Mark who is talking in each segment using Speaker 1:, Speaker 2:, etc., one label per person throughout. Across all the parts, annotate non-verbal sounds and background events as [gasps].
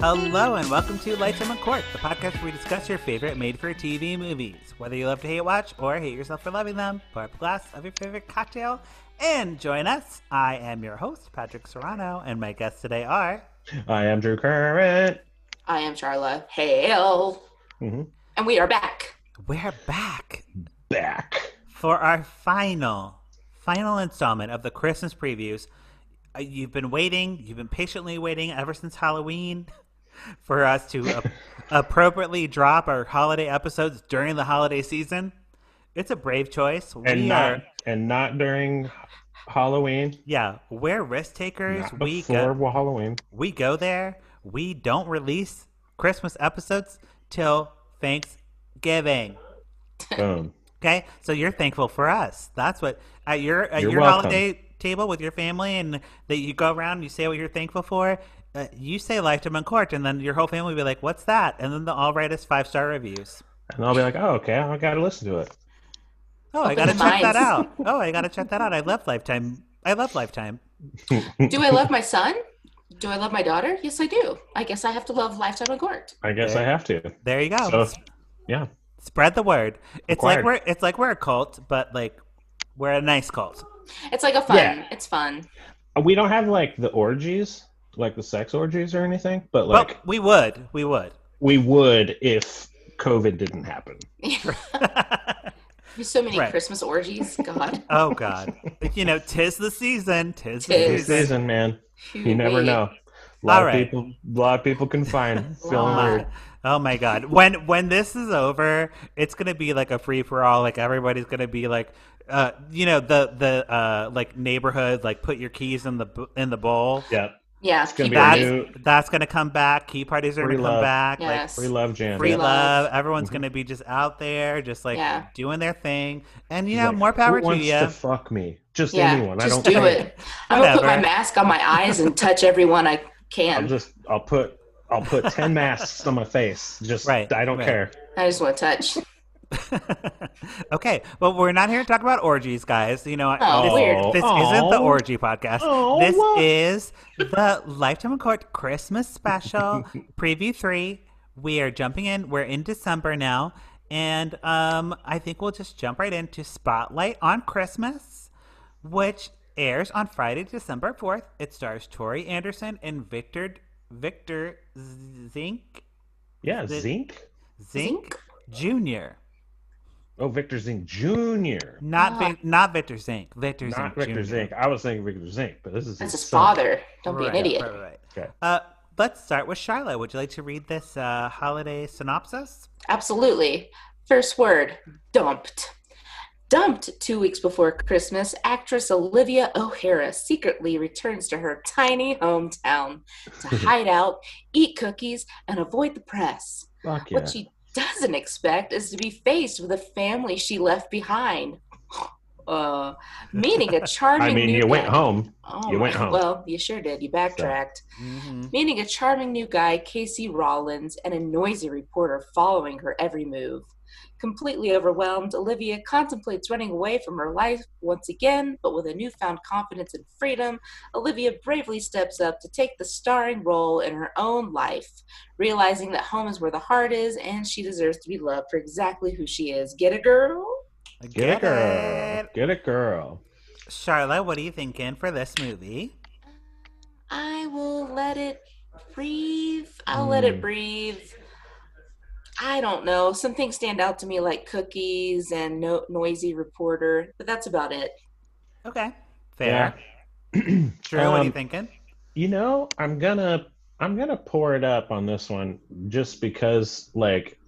Speaker 1: Hello, and welcome to Lights on the Court, the podcast where we discuss your favorite made for TV movies. Whether you love to hate watch or hate yourself for loving them, pour up a glass of your favorite cocktail and join us. I am your host, Patrick Serrano, and my guests today are.
Speaker 2: I am Drew Current.
Speaker 3: I am Charla Hale.
Speaker 1: Mm-hmm.
Speaker 2: Mhm.
Speaker 3: And we are back.
Speaker 1: We're back
Speaker 2: Back.
Speaker 1: for our final, final installment of the Christmas previews. Uh, You've been waiting, you've been patiently waiting ever since Halloween [laughs] for us to
Speaker 2: [laughs]
Speaker 1: uh, appropriately drop our holiday episodes during the holiday season. It's a brave choice.
Speaker 2: And uh,
Speaker 1: we
Speaker 2: not
Speaker 1: are,
Speaker 2: and not during Halloween.
Speaker 1: yeah, we're risk takers.
Speaker 2: Not
Speaker 1: We
Speaker 2: before
Speaker 1: go,
Speaker 2: Halloween.
Speaker 1: we go there. We don't release Christmas episodes till Thanksgiving.
Speaker 2: Boom.
Speaker 1: Okay, so you're thankful for us. That's what at your at
Speaker 2: You're
Speaker 1: your
Speaker 2: welcome.
Speaker 1: holiday table with your family, and that you go around, and you say what you're thankful for. Uh, you say lifetime on court, and then your whole family will be like, "What's that?" And then they'll all write us five star reviews.
Speaker 2: And I'll be like, oh, okay, I gotta listen to it.
Speaker 1: Oh, I
Speaker 3: Open
Speaker 1: gotta check that
Speaker 3: minds.
Speaker 1: out. Oh, I gotta check that out. I love Lifetime. I love Lifetime.
Speaker 3: Do I love my son? Do I love my daughter? Yes, I do. I guess I have to love Lifetime on Court.
Speaker 2: I guess I have to.
Speaker 1: There you go.
Speaker 2: So-
Speaker 1: S-
Speaker 2: Yeah.
Speaker 1: Spread the word. It's like
Speaker 2: Required.
Speaker 1: we're it's like we're a cult, but like we're a nice cult.
Speaker 3: It's like a fun.
Speaker 2: Yeah.
Speaker 3: It's fun.
Speaker 2: We don't have like the orgies, like the sex orgies or anything, but like
Speaker 1: but we would, we would. [laughs]
Speaker 2: we would if COVID didn't happen.
Speaker 3: There's so many
Speaker 1: Right.
Speaker 3: Christmas orgies. God.
Speaker 1: oh God, you know, tis the season. Tis, the
Speaker 3: Tis.
Speaker 2: This
Speaker 1: season.
Speaker 2: season, man.
Speaker 3: Phew,
Speaker 2: [laughs] You never
Speaker 3: wait.
Speaker 2: know. A lot
Speaker 1: All right.
Speaker 2: of people a lot of people confined. feeling
Speaker 3: Lot.
Speaker 2: weird.
Speaker 1: Oh my god. When when this is over, it's gonna be like a free for all. Like everybody's gonna be like, uh, you know, the the uh like neighborhood, like put your keys in the b- in the bowl.
Speaker 2: Yeah.
Speaker 3: Yeah.
Speaker 2: It's gonna
Speaker 3: keep
Speaker 2: be a
Speaker 3: it-
Speaker 1: That's
Speaker 2: new
Speaker 1: that's gonna come back. Key parties are
Speaker 2: Free
Speaker 1: gonna come
Speaker 2: love.
Speaker 1: back. Like
Speaker 3: yes.
Speaker 2: free love jam.
Speaker 1: free
Speaker 3: Free
Speaker 1: love.
Speaker 3: love.
Speaker 1: Everyone's
Speaker 2: Mhm.
Speaker 1: gonna be just out there, just like
Speaker 3: Yeah.
Speaker 1: doing their thing. And you
Speaker 2: He's
Speaker 1: know,
Speaker 2: like,
Speaker 1: more power
Speaker 2: Who
Speaker 1: to
Speaker 2: wants
Speaker 1: you.
Speaker 2: to fuck me? Just
Speaker 3: Yeah,
Speaker 2: anyone. I
Speaker 3: just
Speaker 2: don't
Speaker 3: do
Speaker 2: care.
Speaker 3: it. I'm gonna put my
Speaker 1: Whatever.
Speaker 3: mask on my eyes and touch everyone I
Speaker 2: I'll
Speaker 3: can.
Speaker 2: just I'll put I'll put ten
Speaker 3: [laughs]
Speaker 2: masks on my face. Just
Speaker 1: Right,
Speaker 2: I don't
Speaker 1: right.
Speaker 2: care.
Speaker 3: I just want to touch.
Speaker 1: [laughs] okay, well, we're not here to talk about orgies, guys. You know,
Speaker 3: Oh,
Speaker 1: this,
Speaker 2: weird.
Speaker 1: this isn't the
Speaker 2: Oh.
Speaker 1: orgy podcast.
Speaker 2: Oh,
Speaker 1: this
Speaker 2: what?
Speaker 1: is the Lifetime and Court Christmas Special Preview Three. We are jumping in. We're in December now, and um, I think we'll just jump right into Spotlight on Christmas, which airs on Friday, December fourth. It stars Tori Anderson and Victor Victor Zink
Speaker 2: Yeah,
Speaker 1: The-
Speaker 2: Zinc.
Speaker 1: Zink Jr.
Speaker 2: Oh, Victor Zinc Jr.
Speaker 1: Not
Speaker 3: Ah.
Speaker 1: Vic, not Victor Zink. Victor Zink.
Speaker 2: Not
Speaker 1: Jr.
Speaker 2: Victor Zinc. I was thinking Victor Zinc, but this is
Speaker 3: That's his
Speaker 2: son.
Speaker 3: father. Don't be an
Speaker 1: Right,
Speaker 3: idiot.
Speaker 1: Right, right.
Speaker 2: Okay.
Speaker 1: Uh, let's start with Shiloh. Would you like to read this uh, holiday synopsis?
Speaker 3: Absolutely. First word dumped. Dumped two weeks before Christmas, actress Olivia O'Hara secretly returns to her tiny hometown to
Speaker 2: [laughs]
Speaker 3: hide out, eat cookies, and avoid the press.
Speaker 2: Fuck yeah.
Speaker 3: What she doesn't expect is to be faced with a family she left behind. [sighs] Uh, meaning a charming.
Speaker 2: [laughs] I mean,
Speaker 3: new
Speaker 2: you went
Speaker 3: guy-
Speaker 2: home.
Speaker 3: Oh,
Speaker 2: You went
Speaker 3: my-
Speaker 2: home.
Speaker 3: Well, you sure did. You backtracked.
Speaker 1: Mm-hmm.
Speaker 3: meeting a charming new guy, Casey Rollins, and a noisy reporter following her every move. Completely overwhelmed, Olivia contemplates running away from her life once again, but with a newfound confidence and freedom, Olivia bravely steps up to take the starring role in her own life, realizing that home is where the heart is and she deserves to be loved for exactly who she is. Get a girl?
Speaker 2: Get, a girl. Get a girl.
Speaker 1: Shiloh, what are you thinking for this movie?
Speaker 3: I will let it breathe. I'll let
Speaker 1: Hmm.
Speaker 3: it
Speaker 2: Mm.
Speaker 3: breathe. I don't know. Some things stand out to me like cookies and no, noisy reporter, but that's about it.
Speaker 1: Okay.
Speaker 2: [clears throat]
Speaker 1: Fair.
Speaker 2: Yeah.
Speaker 1: Drew, what are you
Speaker 2: Um,
Speaker 1: thinking?
Speaker 2: You know, I'm gonna I'm gonna pour it up on this one just because like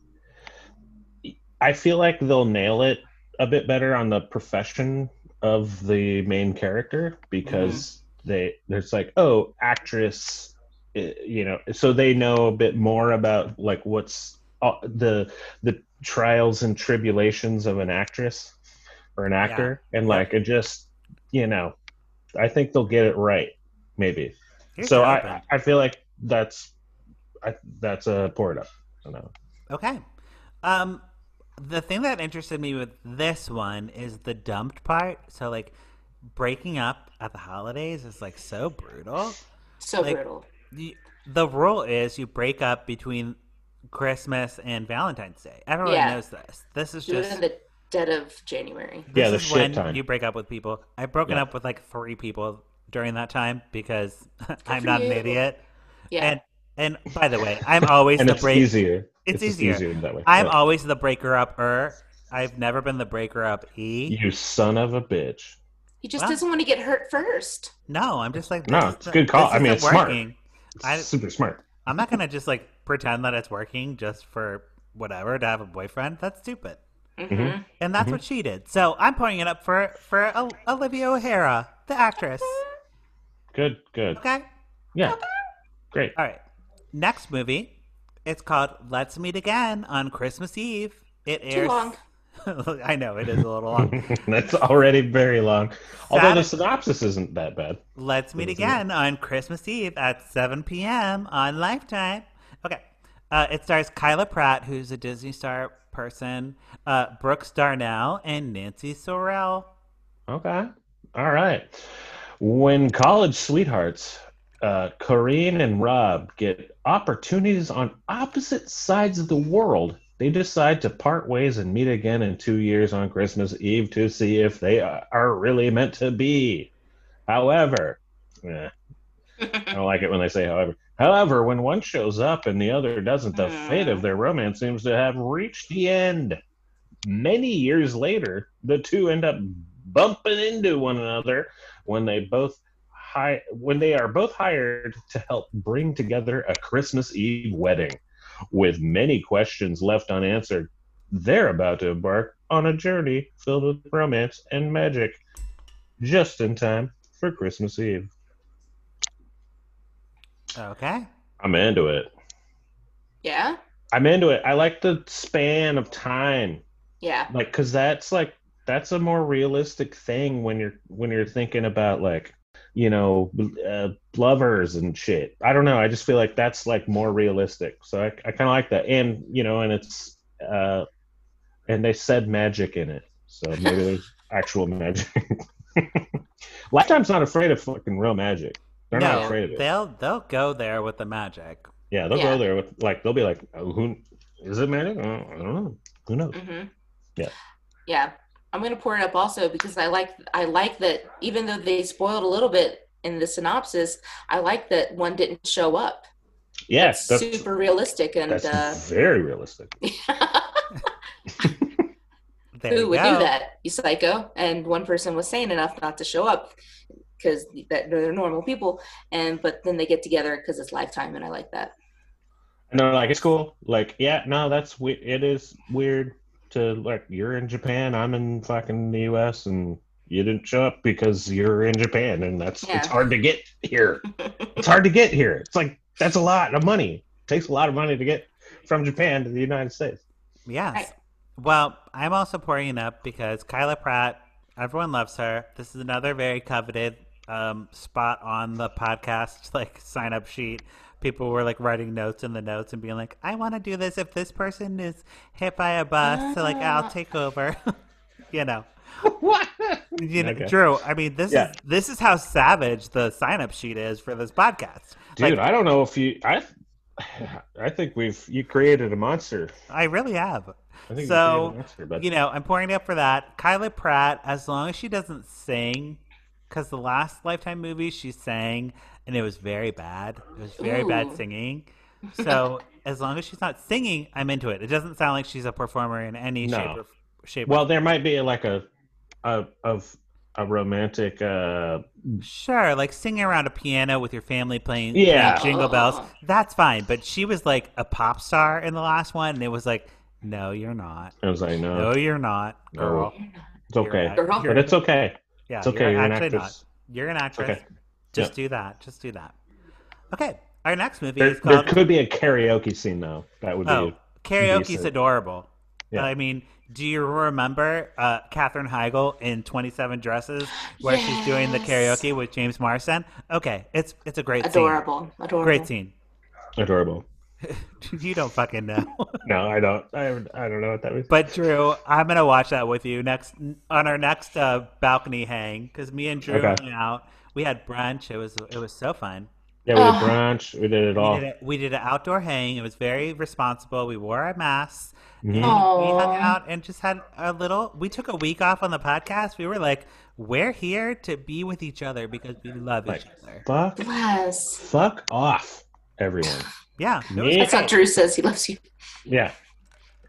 Speaker 2: I feel like they'll nail it a bit better on the profession of the main character because they there's like oh actress eh, you know so they know a bit more about like what's uh, the the trials and tribulations of an actress or an actor and like it just you know I think they'll get it right maybe
Speaker 1: Here's
Speaker 2: so
Speaker 1: your
Speaker 2: I,
Speaker 1: open.
Speaker 2: I feel like that's I, that's a pour it up. I don't know.
Speaker 1: Okay. Um, the thing that interested me with this one is the dumped part. So, like, breaking up at the holidays is like so brutal.
Speaker 3: So
Speaker 1: Like-
Speaker 3: brutal.
Speaker 1: You- The rule is you break up between Christmas and Valentine's Day. Everyone
Speaker 3: Yeah.
Speaker 1: knows this. This is
Speaker 3: Do it
Speaker 1: just
Speaker 3: in the dead of January.
Speaker 1: this
Speaker 2: Yeah, the
Speaker 1: is
Speaker 2: shit
Speaker 1: when
Speaker 2: time.
Speaker 1: you break up with people. I've broken
Speaker 2: Yeah.
Speaker 1: up with like three people during that time because [laughs] I'm
Speaker 3: for
Speaker 1: not an
Speaker 3: you.
Speaker 1: idiot.
Speaker 3: Yeah.
Speaker 1: And and by the way, I'm always
Speaker 2: and
Speaker 1: the
Speaker 2: it's
Speaker 1: break.
Speaker 2: easier.
Speaker 1: It's
Speaker 2: just
Speaker 1: easier.
Speaker 2: that way.
Speaker 1: I'm
Speaker 2: Yeah.
Speaker 1: always the breaker up er. I've never been the breaker up e.
Speaker 2: you son of a bitch.
Speaker 3: he just
Speaker 1: Wow.
Speaker 3: doesn't want to get hurt first.
Speaker 1: No, I'm just like
Speaker 2: No,
Speaker 1: this
Speaker 2: it's a good call.
Speaker 1: this
Speaker 2: I mean,
Speaker 1: isn't
Speaker 2: it's smart. It's
Speaker 1: I-
Speaker 2: super smart.
Speaker 1: I'm not gonna just like pretend that it's working just for whatever to have a boyfriend. That's stupid.
Speaker 3: Mhm.
Speaker 2: Mhm.
Speaker 1: And that's
Speaker 2: Mhm.
Speaker 1: what she did. So I'm pointing it up for for Ol- Olivia O'Hara, the actress.
Speaker 2: Good, good.
Speaker 1: Okay.
Speaker 2: Yeah. Great. [laughs]
Speaker 1: All right. Next movie. It's called Let's Meet Again on Christmas Eve. It airs.
Speaker 3: long.
Speaker 1: [laughs] I know it is a little long.
Speaker 2: That's already very long. [laughs] Although the
Speaker 1: Saturday-
Speaker 2: synopsis isn't that bad.
Speaker 1: Let's meet
Speaker 2: Isn't it?
Speaker 1: again on Christmas Eve at 7 p.m. on Lifetime. Okay. Uh, it stars Kyla Pratt, who's a Disney star person, uh, Brooks Darnell, and Nancy Sorrell.
Speaker 2: Okay. All right. When college sweethearts, uh, Corrine and Rob, get opportunities on opposite sides of the world, they decide to part ways and meet again in two years on Christmas Eve to see if they are are really meant to be. However, eh,
Speaker 1: Mm-hmm.
Speaker 2: I don't like it when they say however. However, when one shows up and the other doesn't, the fate of their romance seems to have reached the end many years later, the two end up bumping into one another when they both hi- when they are both hired to help bring together a Christmas Eve wedding. With many questions left unanswered, they're about to embark on a journey filled with romance and magic, just in time for Christmas Eve.
Speaker 1: Okay.
Speaker 2: I'm into it.
Speaker 3: [laughs] Yeah.
Speaker 2: I'm into it. I like the span of time
Speaker 3: Yeah.
Speaker 2: like because that's like that's a more realistic thing when you're when you're thinking about like you know uh, lovers and shit i don't know i just feel like that's like more realistic so i, I kind of like that and you know and it's uh and they said magic in it so maybe there's actual magic [laughs] lifetime's not afraid of fucking real magic they're
Speaker 1: no,
Speaker 2: not afraid of it
Speaker 1: they'll they'll go there with the magic.
Speaker 2: yeah they'll
Speaker 3: Yeah.
Speaker 2: go there with like they'll be like oh, who is it magic Oh, i don't know who knows
Speaker 3: Mm-hmm.
Speaker 2: Yeah.
Speaker 3: Yeah. I'm gonna pour it up also because I like I like that even though they spoiled a little bit in the synopsis, I like that one didn't show up.
Speaker 2: yes that's,
Speaker 3: Super realistic and
Speaker 2: that's
Speaker 3: uh,
Speaker 2: very realistic
Speaker 1: [laughs] There
Speaker 3: [laughs] who
Speaker 1: you
Speaker 3: would
Speaker 1: go.
Speaker 3: do that? You psycho. And one person was sane enough not to show up because that they're normal people. And but then they get together because it's lifetime, and I like that.
Speaker 2: And they're like, it's cool. Like, yeah, no, that's we- it is weird to like you're in Japan, I'm in fucking the U.S. and you didn't show up because you're in Japan, and that's it's
Speaker 3: Yeah.
Speaker 2: hard to get here. it's hard to get here. It's like that's a lot of money. It takes a lot of money to get from Japan to the United States.
Speaker 1: Yes.
Speaker 3: Right.
Speaker 1: Well, I'm also pouring it up because Kyla Pratt, everyone loves her. This is another very coveted um, spot on the podcast [laughs] like sign up sheet. People were like writing notes in the notes and being like, "I want to do this if this person is hit by a bus, so like I'll
Speaker 3: Ah.
Speaker 1: take over." [laughs] you know,
Speaker 2: what?
Speaker 1: you know,
Speaker 2: Okay.
Speaker 1: Drew. I mean, this
Speaker 2: Yeah.
Speaker 1: is this is how savage the sign up sheet is for this podcast.
Speaker 2: Dude,
Speaker 1: like,
Speaker 2: I don't know if you. I [sighs] I think we've you created a monster.
Speaker 1: I really have.
Speaker 2: I think you
Speaker 1: So,
Speaker 2: created a monster, but
Speaker 1: you know, I'm pouring it up for that. Kyla Pratt, as long as she doesn't sing, because the last Lifetime movie she sang and it was very bad. It was very bad
Speaker 3: Ooh.
Speaker 1: singing. So as long as she's not singing, I'm into it. It doesn't sound like she's a performer in any
Speaker 2: No.
Speaker 1: shape or shape.
Speaker 2: well, there might be like a a of a romantic uh
Speaker 1: sure, like singing around a piano with your family playing,
Speaker 2: Yeah.
Speaker 1: playing Jingle Bells,
Speaker 3: Oh.
Speaker 1: that's fine. But she was like a pop star in the last one, and it was like, no, you're not.
Speaker 2: I was like, no,
Speaker 1: No, you're not,
Speaker 2: No.
Speaker 1: girl.
Speaker 2: it's okay.
Speaker 1: You're not-
Speaker 3: Girl.
Speaker 2: But it's okay.
Speaker 1: Yeah,
Speaker 2: It's okay. You're,
Speaker 1: you're
Speaker 2: an
Speaker 1: actually not.
Speaker 2: actress.
Speaker 1: You're an actress.
Speaker 2: Okay.
Speaker 1: Just
Speaker 2: Yeah.
Speaker 1: do that. Just do that. Okay. Our next movie
Speaker 2: There,
Speaker 1: is
Speaker 2: there
Speaker 1: called
Speaker 2: could be a karaoke scene though. That would
Speaker 1: Oh,
Speaker 2: be
Speaker 1: Karaoke's
Speaker 2: decent.
Speaker 1: Adorable.
Speaker 2: Yeah.
Speaker 1: I mean, do you remember uh, Katherine Heigl in 27 Dresses where she's doing the
Speaker 3: Yes.
Speaker 1: karaoke with James Marsden? Okay, it's it's a great
Speaker 3: Adorable.
Speaker 1: scene.
Speaker 3: Adorable.
Speaker 1: Great scene. [laughs]
Speaker 2: adorable.
Speaker 1: you don't fucking know.
Speaker 2: No, I don't. I, I don't know what that means.
Speaker 1: but Drew, I'm going to watch that with you next on our next uh, balcony hang cuz me and Drew
Speaker 2: Okay.
Speaker 1: hung out. We had brunch. It was it was so fun.
Speaker 2: Yeah, we did
Speaker 3: Ugh.
Speaker 2: brunch. We did it all.
Speaker 1: We did, a, we did an outdoor hang. It was very responsible. We wore our masks.
Speaker 2: Mhm.
Speaker 1: And
Speaker 3: Oh.
Speaker 1: we hung
Speaker 3: Aw.
Speaker 1: out and just had a little. We took a week off on the podcast. We were like, we're here to be with each other because we love each
Speaker 2: Like-
Speaker 1: other.
Speaker 2: Fuck,
Speaker 3: Bless.
Speaker 2: fuck off, everyone.
Speaker 1: Yeah. it was
Speaker 2: Yeah.
Speaker 1: great.
Speaker 3: That's how Drew says he loves you.
Speaker 2: Yeah,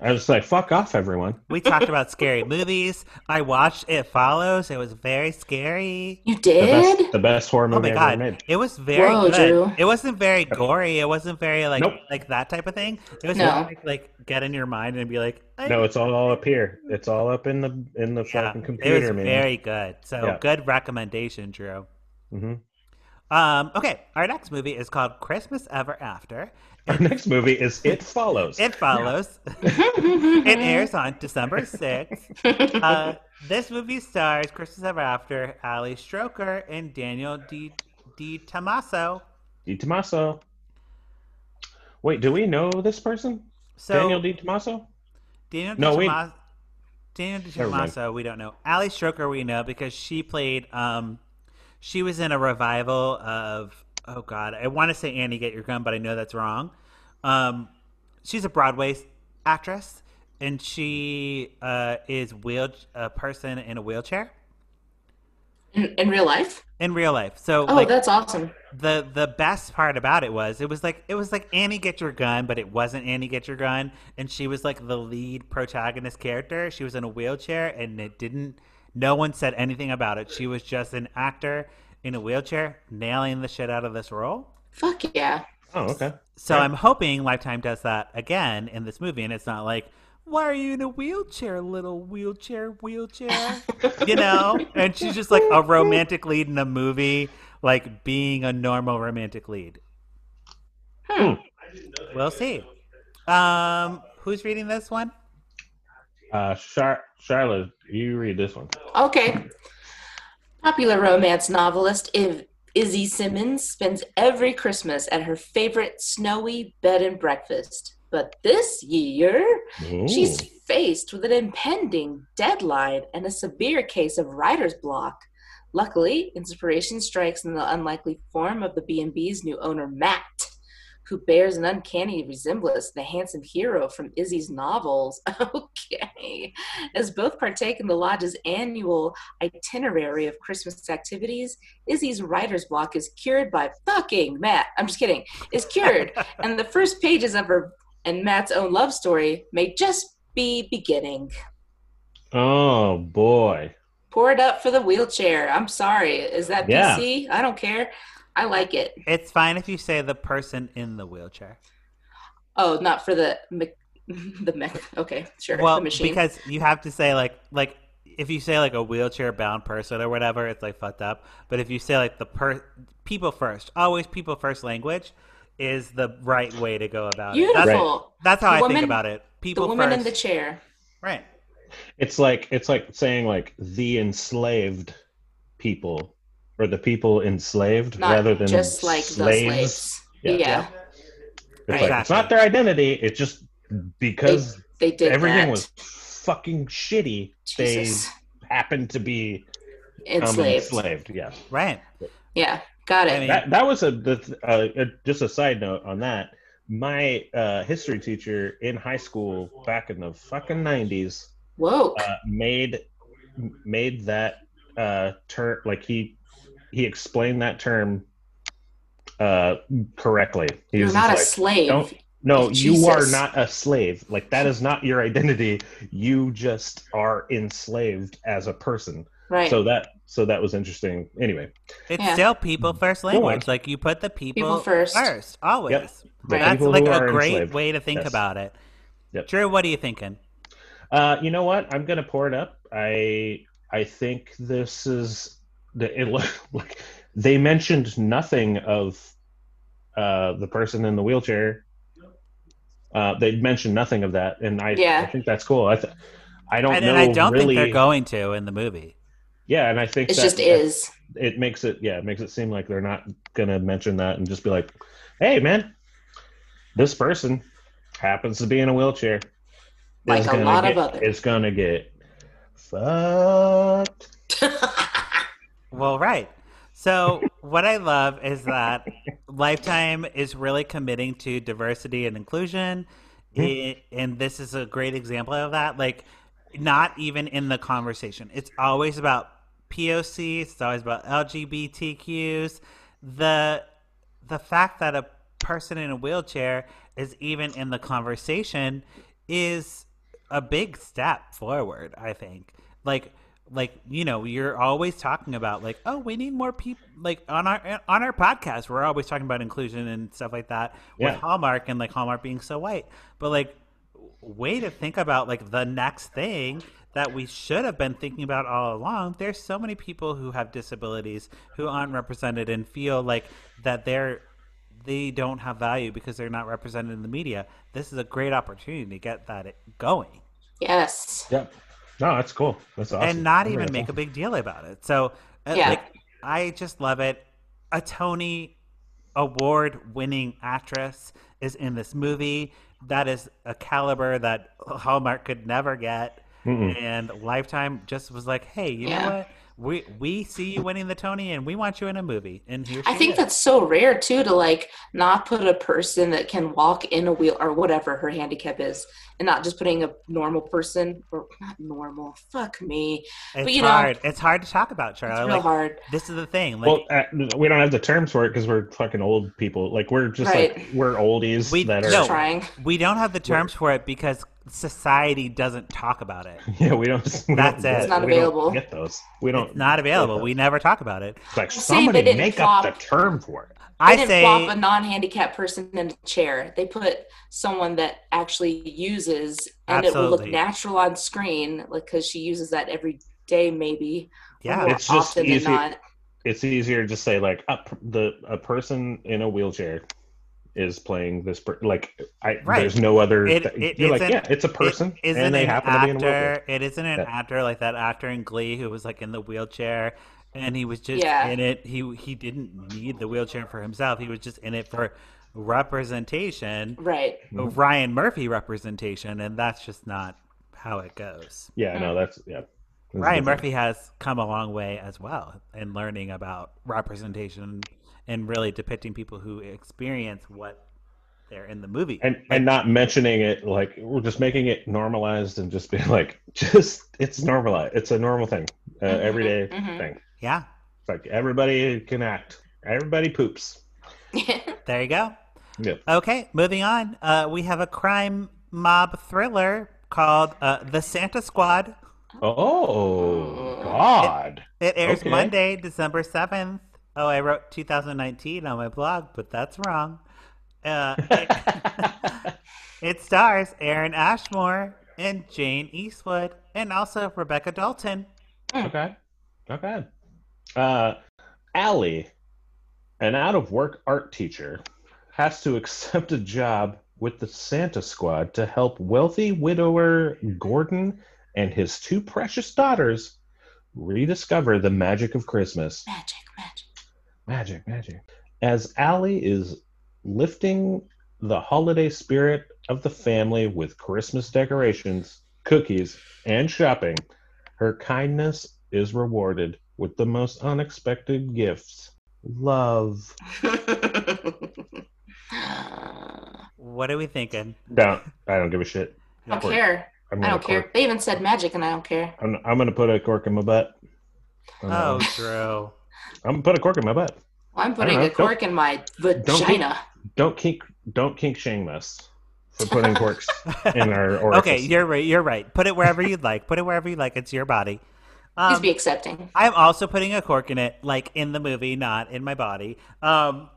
Speaker 2: I was like, fuck off, everyone.
Speaker 1: We talked about scary movies. I watched It Follows. It was very scary.
Speaker 3: You
Speaker 2: The
Speaker 3: did?
Speaker 2: best, the best horror
Speaker 1: Oh my
Speaker 2: movie ever
Speaker 1: god,
Speaker 2: made.
Speaker 1: it was very
Speaker 3: Whoa,
Speaker 1: good.
Speaker 3: Drew.
Speaker 1: It wasn't very gory. It wasn't very like
Speaker 2: Nope.
Speaker 1: like that type of thing. It was
Speaker 3: No.
Speaker 1: more like, like get in your mind and be like, I-
Speaker 2: No, it's all up here. It's all up in the in the
Speaker 1: Yeah,
Speaker 2: fucking
Speaker 1: it was
Speaker 2: computer, man.
Speaker 1: very good. So
Speaker 2: Yeah.
Speaker 1: good recommendation, Drew.
Speaker 2: hmm
Speaker 1: Um, okay, our next movie is called Christmas Ever After.
Speaker 2: Our next movie is It Follows.
Speaker 1: It follows.
Speaker 3: [laughs]
Speaker 1: It airs on December sixth. uh, this movie stars Christmas Ever After, Ali Stroker, and Daniel D. D. Tomaso.
Speaker 2: Di Tommaso. Wait, do we know this person?
Speaker 1: So
Speaker 2: Daniel Di Tommaso?
Speaker 1: Daniel DiTomas-
Speaker 2: No, wait.
Speaker 1: Daniel Di
Speaker 2: Never mind.
Speaker 1: Tommaso, we don't know. Ali Stroker, we know because she played. Um, she was in a revival of. Oh God, I want to say Annie, get your gun, but I know that's wrong. Um, she's a Broadway s- actress, and she uh, is wheel a person in a wheelchair
Speaker 3: in, in real life?
Speaker 1: in real life. So
Speaker 3: Oh,
Speaker 1: like
Speaker 3: that's awesome.
Speaker 1: the the best part about it was it was like it was like Annie get your gun, but it wasn't Annie get your gun, and she was like the lead protagonist character. She was in a wheelchair, and it didn't. No one said anything about it. She was just an actor in a wheelchair, nailing the shit out of this role.
Speaker 3: Fuck yeah.
Speaker 2: Oh, okay.
Speaker 1: So
Speaker 2: Yeah.
Speaker 1: I'm hoping Lifetime does that again in this movie, and it's not like, why are you in a wheelchair, little wheelchair, wheelchair? [laughs] you know? And she's just like a romantic lead in a movie, like being a normal romantic lead.
Speaker 3: Hmm.
Speaker 1: We'll see. Um, who's reading this one?
Speaker 2: Uh, Char- Charlotte, you read this one.
Speaker 3: Okay. Popular romance novelist Iv- Izzy Simmons spends every Christmas at her favorite snowy bed and breakfast. But this year, she's
Speaker 2: Ooh.
Speaker 3: faced with an impending deadline and a severe case of writer's block. Luckily, inspiration strikes in the unlikely form of the B&B's new owner, Matt, who bears an uncanny resemblance to the handsome hero from Izzy's novels. [laughs] okay. As both partake in the lodge's annual itinerary of Christmas activities, Izzy's writer's block is cured by fucking Matt. I'm just kidding. Is cured. and the first pages of her and Matt's own love story may just be beginning.
Speaker 2: Oh, boy.
Speaker 3: Pour it up for the wheelchair. I'm sorry. Is that
Speaker 2: Yeah.
Speaker 3: PC? I don't care. I like it.
Speaker 1: It's fine if you say the person in the wheelchair.
Speaker 3: Oh, not for the mech- [laughs] the mech. Okay, sure.
Speaker 1: Well,
Speaker 3: the machine.
Speaker 1: because you have to say like like if you say like a wheelchair bound person or whatever, it's like fucked up. But if you say like the per people first, always people first language is the right way to go about it. uh, That's,
Speaker 2: Right.
Speaker 3: Beautiful.
Speaker 1: that's how
Speaker 3: The
Speaker 1: I
Speaker 3: woman-
Speaker 1: think about it.
Speaker 3: The
Speaker 1: People
Speaker 3: woman
Speaker 1: first,
Speaker 3: in the chair.
Speaker 1: right?
Speaker 2: It's like it's like saying like the enslaved people or the people enslaved
Speaker 3: Not
Speaker 2: rather than
Speaker 3: just like
Speaker 2: slaves.
Speaker 3: the slaves.
Speaker 2: Yeah.
Speaker 3: Yeah,
Speaker 2: It's, like, it's
Speaker 1: Exactly.
Speaker 2: not their identity. It's just because
Speaker 3: they did
Speaker 2: everything
Speaker 3: that.
Speaker 2: was fucking shitty.
Speaker 3: Jesus.
Speaker 2: They happened to be um,
Speaker 3: enslaved.
Speaker 2: enslaved. Yeah.
Speaker 1: Right.
Speaker 3: Yeah, got it.
Speaker 1: I mean-
Speaker 2: That that was a the, th- uh, uh, just a side note on that. My uh, history teacher in high school back in the fucking nineties
Speaker 3: Woke.
Speaker 2: uh, made made that uh, term like he he explained that term uh, correctly. He
Speaker 3: You're
Speaker 2: was
Speaker 3: not a
Speaker 2: just
Speaker 3: slave.
Speaker 2: don't- no, you are
Speaker 3: Jesus.
Speaker 2: not a slave. Like that is not your identity. You just are enslaved as a person.
Speaker 3: right.
Speaker 2: So that so that was interesting. Anyway,
Speaker 1: It's
Speaker 3: Yeah.
Speaker 1: still people first
Speaker 2: on.
Speaker 1: language. Like you put the people,
Speaker 3: People first.
Speaker 1: first, always.
Speaker 2: Yep. the
Speaker 3: Right.
Speaker 1: That's
Speaker 2: people
Speaker 1: like
Speaker 2: who
Speaker 1: a
Speaker 2: are
Speaker 1: great
Speaker 2: enslaved.
Speaker 1: way to think
Speaker 2: Yes.
Speaker 1: about it.
Speaker 2: Yep.
Speaker 1: Drew, what are you thinking?
Speaker 2: Uh, you know what? I'm gonna pour it up. I I think this is the it [laughs] look like they mentioned nothing of uh the person in the wheelchair. Uh, they mentioned nothing of that, and I,
Speaker 3: Yeah.
Speaker 2: I think that's cool. I th- I don't
Speaker 1: And,
Speaker 2: know
Speaker 1: and I don't
Speaker 2: really.
Speaker 1: think they're going to in the movie.
Speaker 2: yeah, and I think
Speaker 3: It
Speaker 2: that-
Speaker 3: just is.
Speaker 2: It makes it yeah, it makes it seem like they're not gonna mention that and just be like, hey man, this person happens to be in a wheelchair.
Speaker 3: Like
Speaker 2: Is
Speaker 3: a
Speaker 2: gonna
Speaker 3: lot of
Speaker 2: get-
Speaker 3: others.
Speaker 2: Is gonna get fucked.
Speaker 1: Well, right. So what I love is that Lifetime is really committing to diversity and inclusion. I- and this is a great example of that. Like, not even in the conversation, it's always about POCs, it's always about LGBTQs. The the fact that a person in a wheelchair is even in the conversation is a big step forward, I think. Like like you know you're always talking about like oh we need more people like on our on our podcast we're always talking about inclusion and stuff like that
Speaker 2: Yeah.
Speaker 1: with hallmark and like hallmark being so white but like way to think about like the next thing that we should have been thinking about all along there's so many people who have disabilities who aren't represented and feel like that they're they don't have value because they're not represented in the media this is a great opportunity to get that going
Speaker 3: [laughs] Yes.
Speaker 2: Yep. No, that's cool. That's awesome.
Speaker 1: and not
Speaker 2: I think
Speaker 1: even
Speaker 2: that's
Speaker 1: make a big deal about it. So, uh,
Speaker 3: Yeah.
Speaker 1: like, I just love it. A Tony award winning actress is in this movie. That is a caliber that Hallmark could never get.
Speaker 2: awesome. Mm-mm.
Speaker 1: And Lifetime just was like, hey, you
Speaker 3: Yeah.
Speaker 1: know what? We we see you winning the Tony and we want you in a movie. And here
Speaker 3: I
Speaker 1: she
Speaker 3: think
Speaker 1: is.
Speaker 3: that's so rare too to like not put a person that can walk in a wheel or whatever her handicap is and not just putting a normal person or not normal. Fuck me.
Speaker 1: it's
Speaker 3: but, you know,
Speaker 1: hard. it's hard to talk about,
Speaker 3: It's
Speaker 1: Charlie.
Speaker 3: real
Speaker 1: Like,
Speaker 3: hard.
Speaker 1: this is the thing. Like
Speaker 2: Well, uh, we don't have the terms for it because we're fucking old people. Like we're just like
Speaker 3: Right.
Speaker 2: we're oldies
Speaker 1: We-
Speaker 2: that are.
Speaker 1: No.
Speaker 3: Just trying.
Speaker 1: we don't have the terms for it because society doesn't talk about it.
Speaker 2: [laughs] Yeah, we don't. we
Speaker 1: That's
Speaker 2: don't
Speaker 1: it.
Speaker 2: get-
Speaker 1: It's
Speaker 3: not
Speaker 2: we don't
Speaker 3: available.
Speaker 2: Get those. We don't.
Speaker 1: It's not available. We never talk about it.
Speaker 2: It's like
Speaker 3: Say
Speaker 2: somebody
Speaker 3: they didn't
Speaker 2: make
Speaker 3: flop.
Speaker 2: up the term for it.
Speaker 3: They
Speaker 1: I
Speaker 3: didn't
Speaker 1: say
Speaker 3: plop a non-handicapped person in a chair. They put someone that actually uses, and it will
Speaker 1: Absolutely.
Speaker 3: look natural on screen, like because she uses that every day, maybe or
Speaker 1: Yeah,
Speaker 3: more
Speaker 2: It's just
Speaker 3: often
Speaker 2: easy.
Speaker 3: than not.
Speaker 2: It's easier to say like a, p- the a person in a wheelchair is playing this per- like I
Speaker 1: Right.
Speaker 2: there's no other.
Speaker 1: It-
Speaker 2: thing.
Speaker 1: it-
Speaker 2: You're
Speaker 1: it's
Speaker 2: like
Speaker 1: an-
Speaker 2: yeah, it's a person,
Speaker 1: it isn't
Speaker 2: and they
Speaker 1: an
Speaker 2: happen
Speaker 1: actor.
Speaker 2: to be in a wheelchair.
Speaker 1: It isn't an
Speaker 2: Yeah.
Speaker 1: actor like that actor in Glee who was like in the wheelchair, and he was just
Speaker 3: Yeah.
Speaker 1: in it. He he didn't need the wheelchair for himself. He was just in it for representation,
Speaker 3: Right. [laughs]
Speaker 2: Mhm.
Speaker 1: Ryan Murphy representation, and that's just not how it goes.
Speaker 2: Yeah, no, that's yeah. That's
Speaker 1: Ryan
Speaker 2: different.
Speaker 1: Murphy has come a long way as well in learning about representation and really depicting people who experience what they're in the movie.
Speaker 2: and and not mentioning it like we're just making it normalized and just being [laughs] like just it's normalized it's a normal thing uh,
Speaker 1: Mm-hmm.
Speaker 3: Mhm,
Speaker 2: everyday
Speaker 3: mhm.
Speaker 2: thing
Speaker 1: yeah,
Speaker 2: it's like everybody can act everybody poops
Speaker 1: there you go.
Speaker 2: yep
Speaker 1: Okay, moving on. Uh, we have a crime mob thriller called uh, The Santa Squad.
Speaker 2: oh god
Speaker 1: It airs
Speaker 2: Okay.
Speaker 1: Monday, December 7th. Oh, I wrote 2019 on my blog, but that's wrong. Uh,
Speaker 2: [laughs]
Speaker 1: it, [laughs] it stars Aaron Ashmore and Jane Eastwood and also Rebecca Dalton.
Speaker 2: okay okay uh Allie, an out of work art teacher has to [laughs] accept a job with the Santa Squad to help wealthy widower Gordon and his two precious daughters rediscover the magic of Christmas.
Speaker 3: Magic, magic.
Speaker 2: [laughs] Magic, magic. As Allie is lifting the holiday spirit of the family with Christmas decorations, cookies, and shopping, her kindness is rewarded with the most unexpected gifts love.
Speaker 3: I
Speaker 1: What are we thinking?
Speaker 2: Don't, I don't give a shit.
Speaker 3: don't
Speaker 2: Cork.
Speaker 3: care.
Speaker 2: I'm
Speaker 3: I
Speaker 2: gonna
Speaker 3: don't care.
Speaker 2: cork-
Speaker 3: They even said magic, and I don't care.
Speaker 2: I'm, I'm gonna put a cork in my butt. I'm,
Speaker 1: Oh, Drew.
Speaker 2: I'm gonna put a cork in my butt.
Speaker 3: I'm putting
Speaker 2: know.
Speaker 3: a cork in my vagina.
Speaker 2: Don't kink, don't kink shame us for
Speaker 3: [laughs]
Speaker 2: putting corks [laughs] in our orifice.
Speaker 1: okay, you're right. You're right. Put it wherever you'd like. Put it wherever you like. It's your body.
Speaker 3: Please
Speaker 1: Um,
Speaker 3: be accepting.
Speaker 1: I'm also putting a cork in it, like in the movie, not in my body. Um,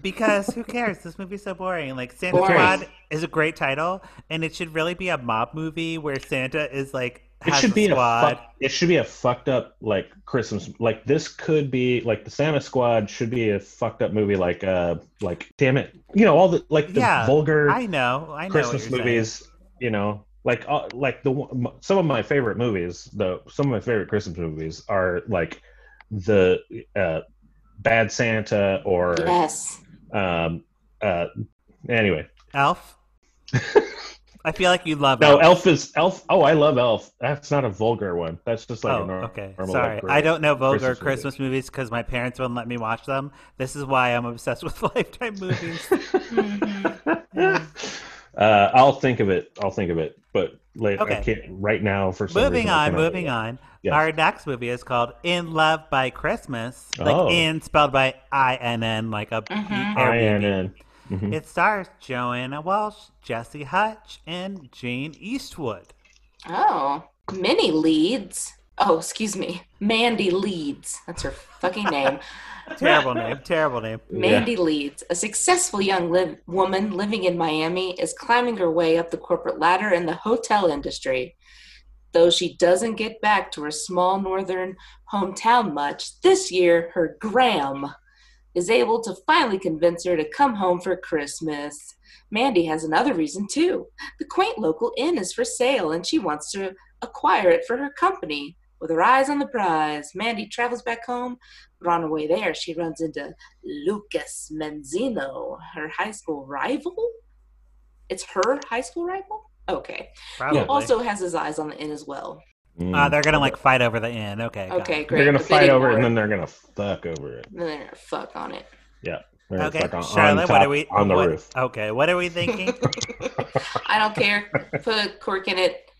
Speaker 1: because who cares? This movie's so boring. Like Santa
Speaker 3: Boring.
Speaker 1: Squad is a great title, and it should really be a mob movie where Santa is like
Speaker 2: it
Speaker 1: has
Speaker 2: should
Speaker 1: a
Speaker 2: be
Speaker 1: squad.
Speaker 2: a fuck, it should be a fucked up like Christmas like this could be like the Santa Squad should be a fucked up movie like uh like damn it you know all the like the
Speaker 1: Yeah,
Speaker 2: vulgar
Speaker 1: I know. I know.
Speaker 2: Christmas
Speaker 1: what you're
Speaker 2: movies you know like uh, like the one- m- some of my favorite movies though some of my favorite Christmas movies are like the uh Bad Santa or
Speaker 3: Yes.
Speaker 2: um uh anyway [laughs]
Speaker 1: Saying. Elf. I feel like you love
Speaker 2: No,
Speaker 1: Elf.
Speaker 2: Elf is Elf. Oh, I love Elf. That's not a vulgar one. That's just like
Speaker 1: oh,
Speaker 2: a normal.
Speaker 1: okay.
Speaker 2: normal
Speaker 1: Sorry,
Speaker 2: like,
Speaker 1: I don't know vulgar
Speaker 2: Christmas movie.
Speaker 1: Christmas movies because my parents wouldn't let me watch them. This is why I'm obsessed [laughs] with Lifetime movies.
Speaker 2: [laughs] uh, I'll think of it. I'll think of it. But like, I
Speaker 1: Okay.
Speaker 2: can't right now. For some
Speaker 1: moving
Speaker 2: reason, I
Speaker 1: on,
Speaker 2: cannot do
Speaker 1: moving
Speaker 2: that.
Speaker 1: on.
Speaker 2: Yes.
Speaker 1: Our next movie is called In Love by Christmas, like
Speaker 2: Oh.
Speaker 1: in spelled by I N N, like a Airbnb.
Speaker 3: Mhm.
Speaker 2: INN. Mhm.
Speaker 1: It stars Joanna Welsh, Jesse Hutch, and Jane
Speaker 2: [laughs]
Speaker 1: Eastwood.
Speaker 3: Oh, Minnie Leeds. Oh, excuse me. Mandy Leeds. That's her fucking name.
Speaker 1: Terrible name, terrible name.
Speaker 3: Mandy Leeds, a successful young liv- woman living in Miami, is climbing her way up the corporate ladder in the hotel industry. Though she doesn't get back to her small northern hometown much, this year her Graham is able to finally convince her to come home for Christmas. Mandy has another reason too. The quaint local inn is for sale and she wants to acquire it for her company. With her eyes on the prize, Mandy travels back home, but on her way there, she runs into Lucas Menzino, her high school rival. It's her high school rival? Okay. Who
Speaker 1: Probably.
Speaker 3: also has his eyes on the inn as well.
Speaker 2: Mm.
Speaker 1: Uh, they're gonna like fight over the end. Okay. got
Speaker 3: Okay,
Speaker 1: it.
Speaker 3: great.
Speaker 2: they're gonna
Speaker 3: but they
Speaker 2: fight
Speaker 3: didn't
Speaker 2: over it,
Speaker 3: work.
Speaker 2: and then they're gonna fuck over it.
Speaker 3: Then they're gonna fuck on it.
Speaker 2: They're gonna
Speaker 1: Okay,
Speaker 2: fuck on, on
Speaker 1: Charlotte, what
Speaker 2: top,
Speaker 1: are we
Speaker 2: on the
Speaker 1: what-
Speaker 2: roof?
Speaker 1: Okay, what are we
Speaker 2: [laughs]
Speaker 1: thinking?
Speaker 3: I don't care. Put a cork in it.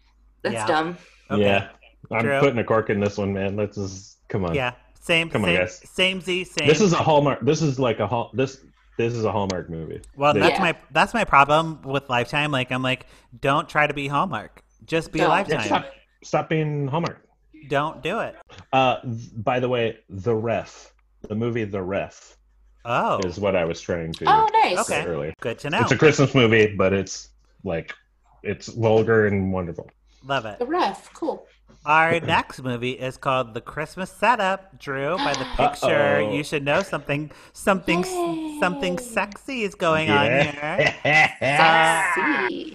Speaker 3: That's
Speaker 1: Yeah.
Speaker 3: dumb.
Speaker 1: Okay.
Speaker 2: Yeah, I'm
Speaker 1: Drew.
Speaker 2: putting a cork in this one, man. Let's just come on.
Speaker 1: Yeah. Same.
Speaker 2: Come on,
Speaker 1: same,
Speaker 2: guys.
Speaker 1: same Z. Same.
Speaker 2: This is a hallmark. This is like a hall. This this is a hallmark movie.
Speaker 1: well.
Speaker 2: Yeah.
Speaker 1: That's
Speaker 3: Yeah.
Speaker 1: my that's my problem with Lifetime. Like I'm like, don't try to be Hallmark. Just be
Speaker 3: Don't.
Speaker 1: Lifetime.
Speaker 2: Yeah, stop, stop being hallmark.
Speaker 1: Don't do it.
Speaker 2: Uh, th- by the way, the ref, the movie The Ref,
Speaker 1: Oh,
Speaker 2: is what I was trying to
Speaker 3: Oh, nice.
Speaker 2: say
Speaker 1: Okay.
Speaker 2: earlier.
Speaker 1: good to know.
Speaker 2: It's a Christmas movie, but it's like it's vulgar and wonderful.
Speaker 1: Love it.
Speaker 3: The ref. Cool.
Speaker 1: Our next movie is called The Christmas Setup. Drew, by
Speaker 2: [gasps]
Speaker 1: the picture,
Speaker 2: Uh-oh.
Speaker 1: you should know something. Something.
Speaker 3: Yay.
Speaker 1: Something sexy is going on here. Ah.
Speaker 2: yeah.
Speaker 3: Sexy.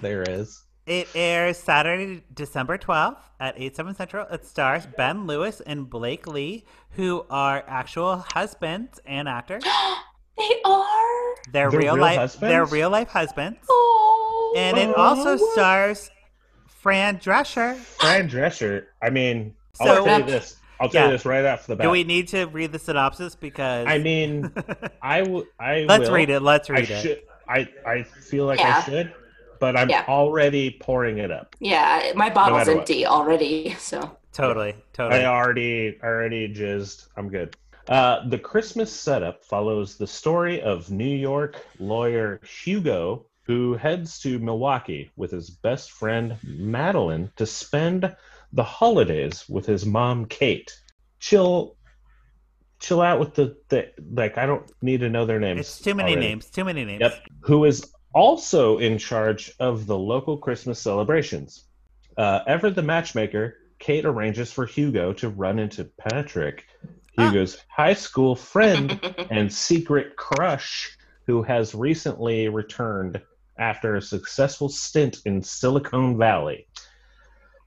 Speaker 2: [laughs]
Speaker 3: [gasps]
Speaker 2: there is.
Speaker 1: It airs Saturday, December 12th at 8, 7 central. It stars Ben Lewis and Blake Lee, who are actual husbands and actors.
Speaker 3: they are.
Speaker 1: They're,
Speaker 2: They're
Speaker 1: real,
Speaker 2: real
Speaker 1: life they're
Speaker 2: husbands?
Speaker 1: real life husbands.
Speaker 3: Oh.
Speaker 1: And it
Speaker 2: Oh,
Speaker 1: also
Speaker 2: what?
Speaker 1: stars Fran Drescher.
Speaker 2: Fran Drescher. I mean,
Speaker 1: So-
Speaker 2: I'll tell you this. I'll tell
Speaker 1: Yeah.
Speaker 2: you this right off the bat.
Speaker 1: Do we need to read the synopsis? Because
Speaker 2: I mean, I will. I
Speaker 1: [laughs] let's
Speaker 2: will.
Speaker 1: read it. Let's
Speaker 2: I
Speaker 1: read it.
Speaker 2: should. I I feel like
Speaker 3: Yeah.
Speaker 2: I should, but I'm
Speaker 3: Yeah.
Speaker 2: already pouring it up.
Speaker 3: Yeah, my bottle's
Speaker 2: matter what.
Speaker 3: empty already. So.
Speaker 1: Totally, totally.
Speaker 2: I already already jizzed. I'm good. Uh, the Christmas setup follows the story of New York lawyer Hugo, who heads to Milwaukee with his best friend Madeline to spend the holidays with his mom Kate. Chill, chill out with the, the like. I don't need to know their names.
Speaker 1: It's too many
Speaker 2: already.
Speaker 1: names. Too many names.
Speaker 2: Yep. Who is also in charge of the local Christmas celebrations. Uh, Ever the matchmaker, Kate arranges for Hugo to run into Patrick, Hugo's high school friend and secret crush, who has recently returned after a successful stint in Silicon Valley.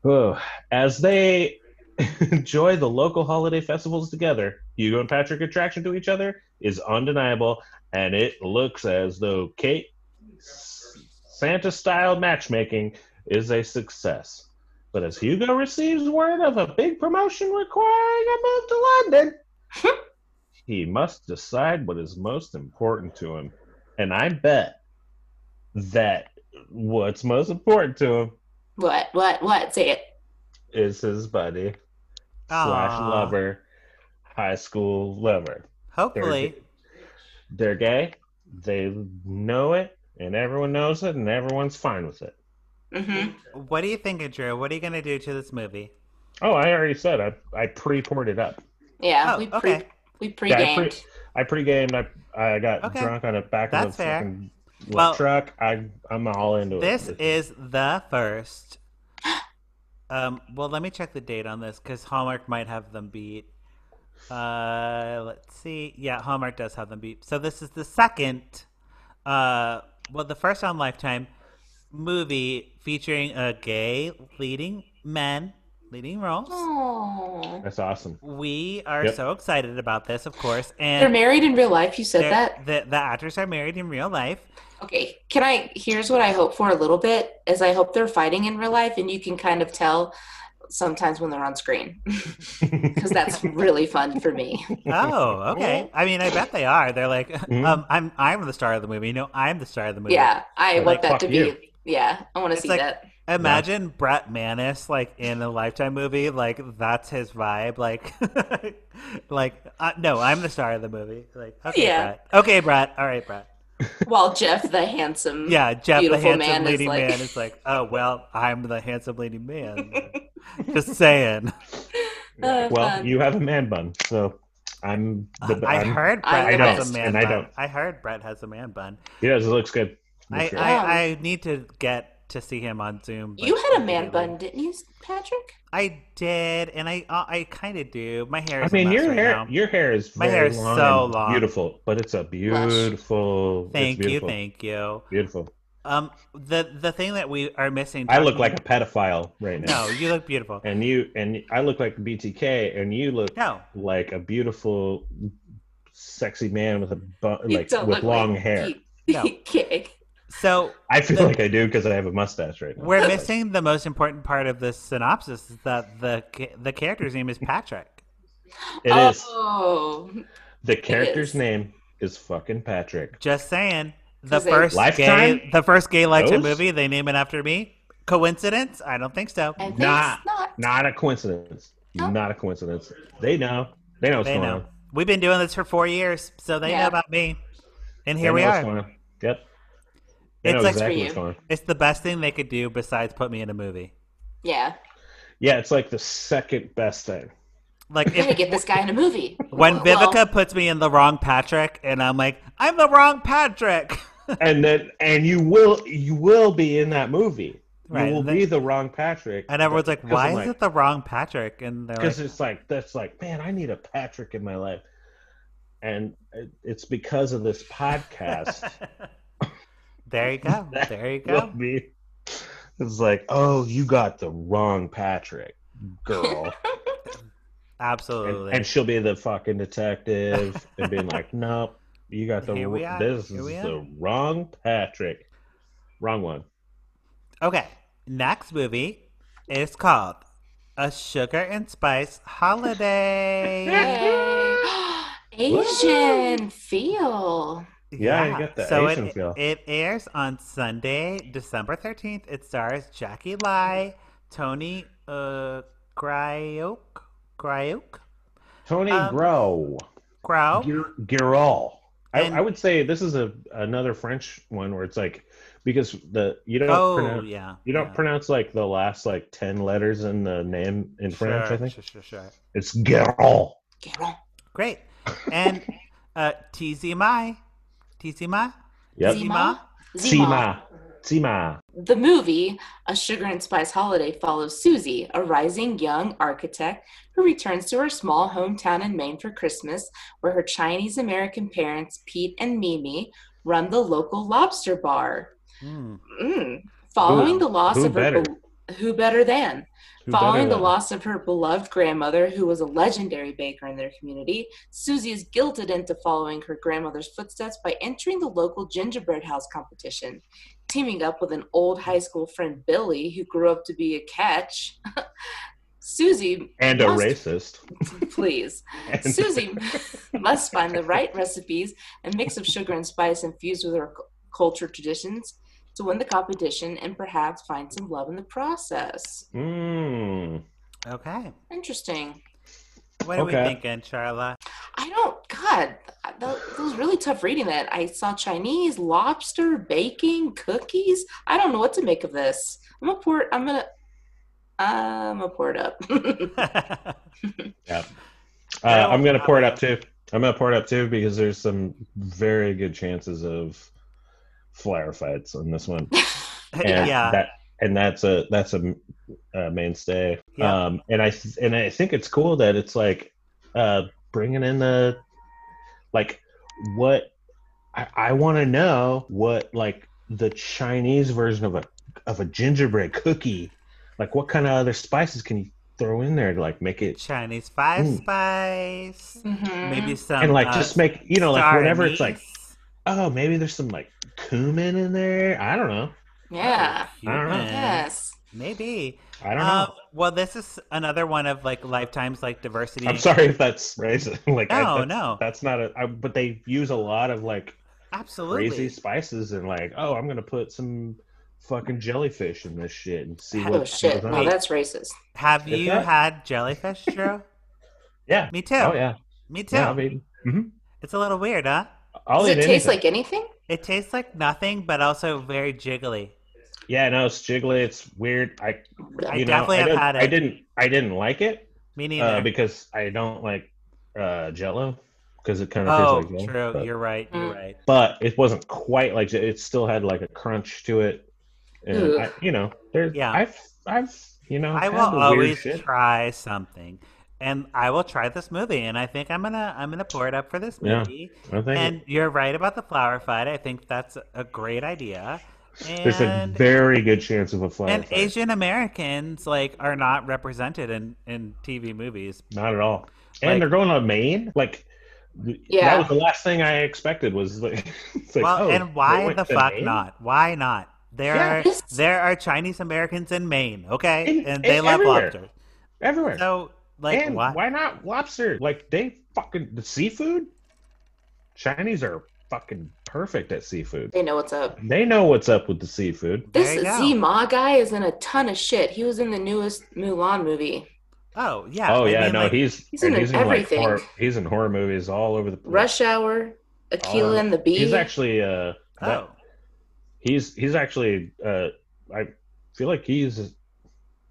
Speaker 2: Oh, as they [laughs] enjoy the local holiday festivals together, Hugo and Patrick attraction to each other is undeniable, and it looks as though Kate Santa style matchmaking is a success. But as Hugo receives word of a big promotion requiring a move to London, he must decide what is most important to him. And I bet that what's most important to him
Speaker 3: [laughs] what? What? What? Say it.
Speaker 2: is his buddy slash
Speaker 1: Aw.
Speaker 2: lover, high school lover.
Speaker 1: Hopefully,
Speaker 2: They're gay, they know it, and everyone knows it, and everyone's fine with it.
Speaker 3: Mm-hmm.
Speaker 1: what are you thinking, Drew? What are you gonna do to this movie?
Speaker 2: Oh, I already said I, I pre poured it up.
Speaker 3: Yeah,
Speaker 1: Oh,
Speaker 3: we pre
Speaker 1: okay.
Speaker 3: we
Speaker 2: Yeah, I
Speaker 3: pre-gamed.
Speaker 2: I pre gamed. I I got
Speaker 1: Okay.
Speaker 2: drunk on the back
Speaker 1: That's
Speaker 2: of the
Speaker 1: fair.
Speaker 2: fucking like,
Speaker 1: Well,
Speaker 2: truck. I I'm all into it.
Speaker 1: This is the first. [gasps] Um. Well, let me check the date on this because Hallmark might have them beat. Uh, let's see. Yeah, Hallmark does have them beat. So this is the second. Uh, well, the first on Lifetime movie featuring a gay leading man leading roles.
Speaker 3: Oh.
Speaker 2: That's awesome. [laughs]
Speaker 1: We are
Speaker 2: Yep.
Speaker 1: so excited about this, of course. And
Speaker 3: They're married in real life. You said
Speaker 1: they're-
Speaker 3: that.
Speaker 1: The, the actors are married in real life.
Speaker 3: Okay. Can I? Here's what I hope for a little bit is I hope they're fighting in real life, and you can kind of tell sometimes when they're on screen [laughs]
Speaker 1: [laughs]
Speaker 3: because that's really fun for me.
Speaker 1: Oh, okay. I mean, I bet they are. They're like,
Speaker 2: Mhm.
Speaker 1: um, I'm I'm the star of the movie. No, I'm the star of the movie.
Speaker 3: [laughs] Yeah, I
Speaker 2: Like,
Speaker 3: want that
Speaker 2: fuck
Speaker 3: to be.
Speaker 2: you.
Speaker 3: Yeah, I want to
Speaker 1: It's
Speaker 3: see
Speaker 1: like-
Speaker 3: that.
Speaker 1: Imagine Brett Manis like in a Lifetime movie. Like that's his vibe. Like, [laughs] like uh, no, I'm the star of the movie. Like, okay,
Speaker 3: Yeah.
Speaker 1: Brett. Okay, Brett. All right, Brett.
Speaker 3: While Jeff, the handsome,
Speaker 1: Yeah, Jeff, the
Speaker 3: Beautiful
Speaker 1: handsome
Speaker 3: man is
Speaker 1: leading
Speaker 3: like-
Speaker 1: man, is like, oh well, I'm the handsome leading man. Just
Speaker 3: [laughs]
Speaker 1: saying. [laughs]
Speaker 3: Uh,
Speaker 2: well,
Speaker 3: um,
Speaker 2: you have a man bun, so I'm the
Speaker 1: I
Speaker 2: I'm-
Speaker 1: heard
Speaker 3: I'm
Speaker 1: Brett
Speaker 3: the
Speaker 1: has
Speaker 2: best,
Speaker 1: a man
Speaker 2: and
Speaker 1: bun.
Speaker 2: I don't.
Speaker 1: heard Brett has a man bun.
Speaker 2: Yes, it looks good.
Speaker 1: I,
Speaker 2: Looks good.
Speaker 1: I, I need to get to see him on Zoom. but
Speaker 3: you had a
Speaker 1: I
Speaker 3: man
Speaker 1: really-
Speaker 3: bun, didn't you, Patrick?
Speaker 1: I did, and I uh, I kind of do. My hair.
Speaker 2: I
Speaker 1: Is
Speaker 2: mean,
Speaker 1: a mess
Speaker 2: your
Speaker 1: right
Speaker 2: hair,
Speaker 1: now.
Speaker 2: your hair is
Speaker 1: My
Speaker 2: very
Speaker 1: hair is
Speaker 2: long
Speaker 1: so
Speaker 2: and
Speaker 1: long.
Speaker 2: beautiful, but it's a beautiful. it's
Speaker 1: Thank you,
Speaker 2: beautiful,
Speaker 1: thank you.
Speaker 2: Beautiful.
Speaker 1: Um, the the thing that we are missing.
Speaker 2: I look like a pedophile right now,
Speaker 1: no. You look
Speaker 2: [laughs]
Speaker 1: beautiful.
Speaker 2: and you and I look like BTK, and you look
Speaker 1: No,
Speaker 2: like a beautiful, sexy man with a bu-
Speaker 3: You
Speaker 2: like
Speaker 3: don't
Speaker 2: with
Speaker 3: look
Speaker 2: long
Speaker 3: like
Speaker 2: hair.
Speaker 3: Pete.
Speaker 1: [laughs] No.
Speaker 3: [laughs] Okay.
Speaker 1: so
Speaker 2: I feel
Speaker 1: The-
Speaker 2: like I do because I have a mustache right now.
Speaker 1: We're missing the most important part of this synopsis is that the ca- the character's name is Patrick.
Speaker 2: It
Speaker 3: oh,
Speaker 2: is the character's
Speaker 3: is.
Speaker 2: name is fucking Patrick.
Speaker 1: Just saying, the
Speaker 3: 'Cause they-
Speaker 1: first gay
Speaker 2: Lifetime?
Speaker 1: the first gay lifetime
Speaker 2: Those?
Speaker 1: movie they name it after me. Coincidence? I don't think so.
Speaker 3: I think
Speaker 2: Nah.
Speaker 3: it's not.
Speaker 2: Not a coincidence.
Speaker 3: Oh.
Speaker 2: Not a coincidence. They know. They know what's
Speaker 1: they
Speaker 2: going
Speaker 1: know.
Speaker 2: on.
Speaker 1: We've been doing this for four years, so they know
Speaker 3: Yeah.
Speaker 1: about me. And
Speaker 2: They
Speaker 1: here we
Speaker 2: know what's
Speaker 1: are.
Speaker 2: going on. Yep. They
Speaker 1: It's
Speaker 2: know
Speaker 1: like-
Speaker 2: exactly
Speaker 3: For
Speaker 2: what's
Speaker 3: you.
Speaker 2: going on.
Speaker 1: It's the best thing they could do besides put me in a movie.
Speaker 3: Yeah.
Speaker 2: Yeah, it's like the second best thing. [laughs]
Speaker 3: [laughs]
Speaker 1: Like
Speaker 3: I'm gonna
Speaker 1: if
Speaker 3: get this guy in a movie.
Speaker 1: when
Speaker 3: Well,
Speaker 1: Vivica puts me in the wrong Patrick, and I'm like, I'm the wrong Patrick. [laughs]
Speaker 2: And then and you will you will be in that movie.
Speaker 1: Right,
Speaker 2: You will
Speaker 1: and then-
Speaker 2: be the wrong Patrick.
Speaker 1: And everyone's like,
Speaker 2: Because
Speaker 1: Why
Speaker 2: I'm
Speaker 1: is
Speaker 2: like-
Speaker 1: it the wrong Patrick? And they're like,
Speaker 2: because it's like that's like man i need a patrick in my life and it- it's because of this
Speaker 1: [laughs]
Speaker 2: podcast
Speaker 1: there you go. There
Speaker 2: [laughs]
Speaker 1: you
Speaker 2: will
Speaker 1: go.
Speaker 2: be it's like oh you got the wrong patrick
Speaker 3: [laughs]
Speaker 2: girl and,
Speaker 1: Absolutely.
Speaker 2: and she'll be the
Speaker 1: [laughs]
Speaker 2: fucking detective and being like nope you got the
Speaker 1: Here we are.
Speaker 2: this
Speaker 1: Here
Speaker 2: is
Speaker 1: we
Speaker 2: the
Speaker 1: are."
Speaker 2: wrong patrick wrong one
Speaker 1: okay. Next movie is called A Sugar and Spice
Speaker 2: [laughs]
Speaker 1: Holiday.
Speaker 3: Yay. Asian feel.
Speaker 2: Yeah, I get that
Speaker 1: So
Speaker 2: Asian
Speaker 1: it,
Speaker 2: feel.
Speaker 1: it airs on Sunday, December 13th. It stars Jackie Lai, Tony uh, Gryok, Gryok,
Speaker 2: tony
Speaker 1: Um,
Speaker 2: grow
Speaker 1: Grau.
Speaker 2: Gir- Girol. I,
Speaker 1: And-
Speaker 2: I would say this is a another French one where it's like because the you don't
Speaker 1: Oh,
Speaker 2: pronounce,
Speaker 1: yeah.
Speaker 2: you don't
Speaker 1: yeah.
Speaker 2: pronounce like the last like ten letters in the name in French.
Speaker 1: Sure,
Speaker 2: I think
Speaker 1: Sure, sure, sure.
Speaker 2: it's Girol.
Speaker 3: Get on.
Speaker 1: Great. And uh, TZ Mai. TZ Mai?
Speaker 2: Yep.
Speaker 3: Zima.
Speaker 2: Sima. Sima.
Speaker 3: The movie, A Sugar and Spice Holiday, follows Susie, a rising young architect who returns to her small hometown in Maine for Christmas, where her Chinese American parents, Pete and Mimi, run the local lobster bar.
Speaker 1: Hmm.
Speaker 3: Mm. Following
Speaker 2: Who-
Speaker 3: the loss
Speaker 2: who
Speaker 3: of her.
Speaker 2: better?
Speaker 3: bel- Who better than?
Speaker 2: Who
Speaker 3: Following
Speaker 2: better
Speaker 3: the
Speaker 2: than-
Speaker 3: loss of her beloved grandmother, who was a legendary baker in their community, Susie is guilted into following her grandmother's footsteps by entering the local gingerbread house competition, teaming up with an old high school friend, Billy, who grew up to be a catch. [laughs] Susie,
Speaker 2: and a
Speaker 3: Must-
Speaker 2: racist. [laughs]
Speaker 3: [laughs] please.
Speaker 2: And-
Speaker 3: Susie [laughs] must find the right recipes and mix of sugar and spice infused with her c- culture traditions to win the competition and perhaps find some love in the process.
Speaker 2: Mm.
Speaker 1: Okay.
Speaker 3: Interesting.
Speaker 1: What are we
Speaker 2: Okay.
Speaker 1: thinking, Charla? [laughs]
Speaker 3: I don't. God, that, that was really tough reading that. I saw Chinese lobster, baking, cookies. I don't know what to make of this. I'm gonna pour. I'm gonna. I'm gonna pour it up. [laughs]
Speaker 2: Uh,
Speaker 1: Well,
Speaker 2: I'm gonna
Speaker 1: uh,
Speaker 2: pour it up too. I'm gonna pour it up too because there's some very good chances of flyer fights on this one.
Speaker 1: [laughs]
Speaker 2: and
Speaker 1: yeah.
Speaker 2: that and that's a that's a, uh mainstay
Speaker 1: Yeah.
Speaker 2: um and i th- and i think it's cool that it's like uh bringing in the like what i, I want to know what like the chinese version of a of a gingerbread cookie like what kind of other spices can you throw in there to like make it
Speaker 1: Chinese five
Speaker 2: Mm.
Speaker 1: spice.
Speaker 3: Mhm.
Speaker 1: Maybe some
Speaker 2: and like
Speaker 1: uh,
Speaker 2: just make you know like
Speaker 1: star
Speaker 2: whenever it's like
Speaker 1: anise.
Speaker 2: oh maybe there's some like cumin in there. I don't know.
Speaker 3: Yeah.
Speaker 2: I don't know.
Speaker 1: Cumin.
Speaker 3: Yes.
Speaker 1: Maybe.
Speaker 2: I don't
Speaker 1: Um,
Speaker 2: know.
Speaker 1: well, this is another one of like Lifetime's like diversity.
Speaker 2: I'm sorry if that's racist. [laughs] like I,
Speaker 1: No,
Speaker 2: that's,
Speaker 1: no.
Speaker 2: that's not a. I, but they use a lot of like
Speaker 1: Absolutely.
Speaker 2: crazy spices and like oh I'm gonna put some fucking jellyfish in this shit and see what
Speaker 3: Oh shit!
Speaker 2: goes
Speaker 3: No,
Speaker 2: on.
Speaker 3: that's racist.
Speaker 1: Have
Speaker 2: Is
Speaker 1: you
Speaker 2: that-
Speaker 1: had jellyfish,
Speaker 2: [laughs]
Speaker 1: Drew?
Speaker 2: yeah.
Speaker 1: Me too.
Speaker 2: Oh yeah.
Speaker 1: Me too.
Speaker 2: Yeah. I mean, mhm.
Speaker 1: it's a little weird, huh?
Speaker 2: I'll
Speaker 3: Does
Speaker 2: eat
Speaker 3: it taste
Speaker 2: anything.
Speaker 3: like anything?
Speaker 1: It tastes like nothing, but also very jiggly.
Speaker 2: Yeah, no, it's jiggly. It's weird. I,
Speaker 1: I
Speaker 2: you know,
Speaker 1: definitely have
Speaker 2: I, don't-
Speaker 1: had it.
Speaker 2: I didn't, I didn't like it
Speaker 1: Me
Speaker 2: uh,
Speaker 1: neither.
Speaker 2: because I don't like uh, Jello because it kind of
Speaker 1: oh,
Speaker 2: tastes like Jello.
Speaker 1: true.
Speaker 2: But,
Speaker 1: You're right. You're
Speaker 3: Mm.
Speaker 1: right.
Speaker 2: but it wasn't quite like Jell- it. Still had like a crunch to it, and
Speaker 3: Ugh.
Speaker 2: I, you know, there's,
Speaker 1: Yeah.
Speaker 2: I've, I've, you know,
Speaker 1: I
Speaker 2: had
Speaker 1: will
Speaker 2: the weird
Speaker 1: always
Speaker 2: shit.
Speaker 1: try something, and I will try this movie, and I think I'm gonna I'm gonna pour it up for this
Speaker 2: Yeah.
Speaker 1: movie.
Speaker 2: I think
Speaker 1: And you're right about the flower fight. I think that's a great idea.
Speaker 2: there's a
Speaker 1: And
Speaker 2: very good chance of a fly.
Speaker 1: and Asian Americans like are not represented in in TV movies.
Speaker 2: Not at all. And
Speaker 1: Like-
Speaker 2: they're going to Maine. Like, th-
Speaker 3: Yeah.
Speaker 2: that was the last thing I expected. Was like, [laughs] it's like,
Speaker 1: well,
Speaker 2: oh,
Speaker 1: and
Speaker 2: they
Speaker 1: why
Speaker 2: went
Speaker 1: the
Speaker 2: to
Speaker 1: fuck
Speaker 2: Maine?
Speaker 1: not? Why not? There
Speaker 2: Yeah.
Speaker 1: are there are Chinese Americans in Maine, okay,
Speaker 2: In-
Speaker 1: and
Speaker 2: in
Speaker 1: they love
Speaker 2: everywhere.
Speaker 1: lobster.
Speaker 2: Everywhere.
Speaker 1: So like
Speaker 2: and
Speaker 1: why?
Speaker 2: why? not lobster? Like they fucking the seafood. Chinese are fucking perfect at seafood.
Speaker 3: They know what's up.
Speaker 2: They know what's up with the seafood.
Speaker 1: There
Speaker 3: This
Speaker 1: you go.
Speaker 3: Z Ma guy is in a ton of shit. He was in the newest Mulan movie,
Speaker 1: Oh yeah.
Speaker 2: oh
Speaker 1: I
Speaker 2: yeah,
Speaker 1: mean,
Speaker 2: no,
Speaker 1: like,
Speaker 2: he's
Speaker 3: He's in everything.
Speaker 2: Like, horror, he's in horror movies all over the place.
Speaker 3: Rush Hour, Aquila
Speaker 2: Oh,
Speaker 3: and the Bee.
Speaker 2: He's actually uh, that-
Speaker 1: oh
Speaker 2: he's he's actually uh, I feel like he's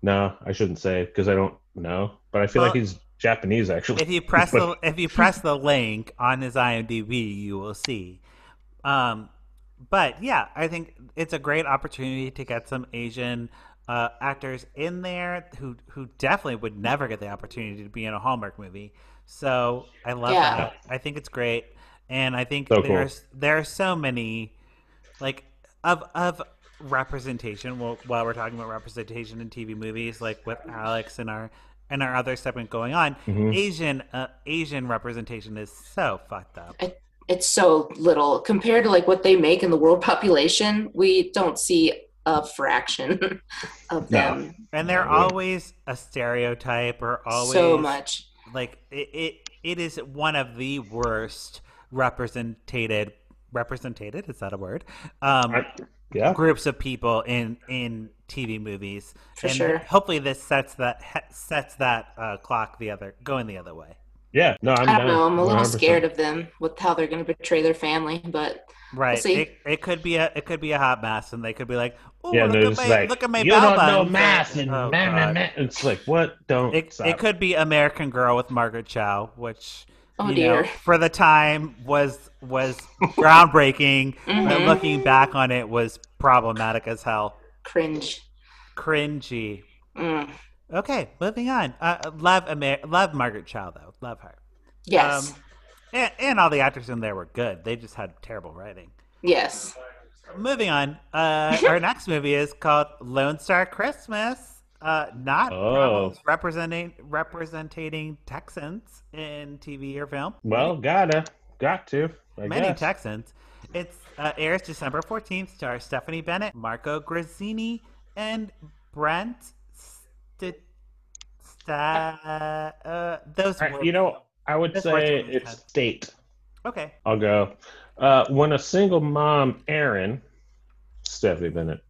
Speaker 2: no, I shouldn't say because I don't know, but I feel
Speaker 1: Well-
Speaker 2: like he's Japanese actually. [laughs]
Speaker 1: if you press the if you press the link on his IMDb, you will see. Um, but yeah, I think it's a great opportunity to get some Asian uh, actors in there who who definitely would never get the opportunity to be in a Hallmark movie. So I love
Speaker 3: Yeah.
Speaker 1: that. I think it's great, and I think
Speaker 2: So cool.
Speaker 1: there's there are so many like of of representation well, while we're talking about representation in tv movies like with alex and our and our other segment going on
Speaker 2: Mhm.
Speaker 1: asian uh, asian representation is so fucked up
Speaker 3: it's so little compared to like what they make in the world population. We don't see a fraction [laughs] of
Speaker 2: No.
Speaker 3: them.
Speaker 1: and they're
Speaker 2: Yeah.
Speaker 1: always a stereotype or always
Speaker 3: So much.
Speaker 1: like it, it it is one of the worst represented represented is that a word um
Speaker 2: I- yeah,
Speaker 1: groups of people in in TV movies.
Speaker 3: For
Speaker 1: and
Speaker 3: sure.
Speaker 1: Hopefully, this sets that he- sets that uh, clock the other going the other way.
Speaker 2: yeah. No, I'm
Speaker 3: I'm I
Speaker 2: down,
Speaker 3: do not know. I'm a little
Speaker 2: 100%.
Speaker 3: scared of them with how they're going to betray their family, but
Speaker 1: Right.
Speaker 3: see.
Speaker 1: It, it could be a it could be a hot mess, and they could be like, "Oh,
Speaker 2: yeah,
Speaker 1: look,
Speaker 2: no,
Speaker 1: at
Speaker 2: it's
Speaker 1: my
Speaker 2: like
Speaker 1: look at my
Speaker 2: you
Speaker 1: bow
Speaker 2: don't know
Speaker 1: buns."
Speaker 2: math and
Speaker 1: Oh,
Speaker 2: meh, meh,
Speaker 1: God.
Speaker 2: meh." It's like what? Don't
Speaker 1: It,
Speaker 2: stop.
Speaker 1: it could be American Girl with Margaret Chow, which
Speaker 3: oh
Speaker 1: you
Speaker 3: dear.
Speaker 1: know, for the time was was
Speaker 3: [laughs]
Speaker 1: groundbreaking, but
Speaker 3: Mhm.
Speaker 1: looking back on it was problematic as hell,
Speaker 3: Cringe.
Speaker 1: cringy. Um,
Speaker 3: Mm.
Speaker 1: Okay, moving on. Uh, love Amer- love Margaret Chow though, love her.
Speaker 3: Yes.
Speaker 1: Um, and, and all the actors in there were good. They just had terrible writing.
Speaker 3: yes.
Speaker 1: Moving on, uh,
Speaker 3: [laughs]
Speaker 1: our next movie is called Lone Star Christmas. Uh, not
Speaker 2: Oh.
Speaker 1: problems representing representing Texans in TV or film.
Speaker 2: Well, gotta, got to. I
Speaker 1: many
Speaker 2: guess.
Speaker 1: Texans. It's uh, airs December fourteenth. Stars Stephanie Bennett, Marco Grazzini, and Brent. St- sta uh, those
Speaker 2: I-
Speaker 1: words.
Speaker 2: you know, I would
Speaker 1: That's worth
Speaker 2: say
Speaker 1: it.
Speaker 2: it's state.
Speaker 1: Okay.
Speaker 2: I'll go. Uh, when a single mom, Erin, Stephanie Bennett,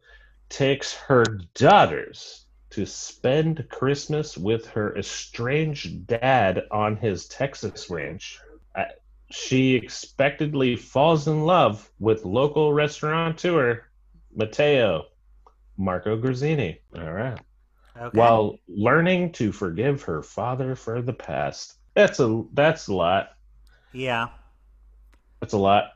Speaker 2: takes her daughters to spend Christmas with her estranged dad on his Texas ranch, uh, she expectedly falls in love with local restaurateur Mateo Marco Grazzini. All right
Speaker 1: Okay.
Speaker 2: while learning to forgive her father for the past. That's a that's a lot.
Speaker 1: yeah.
Speaker 2: That's a lot.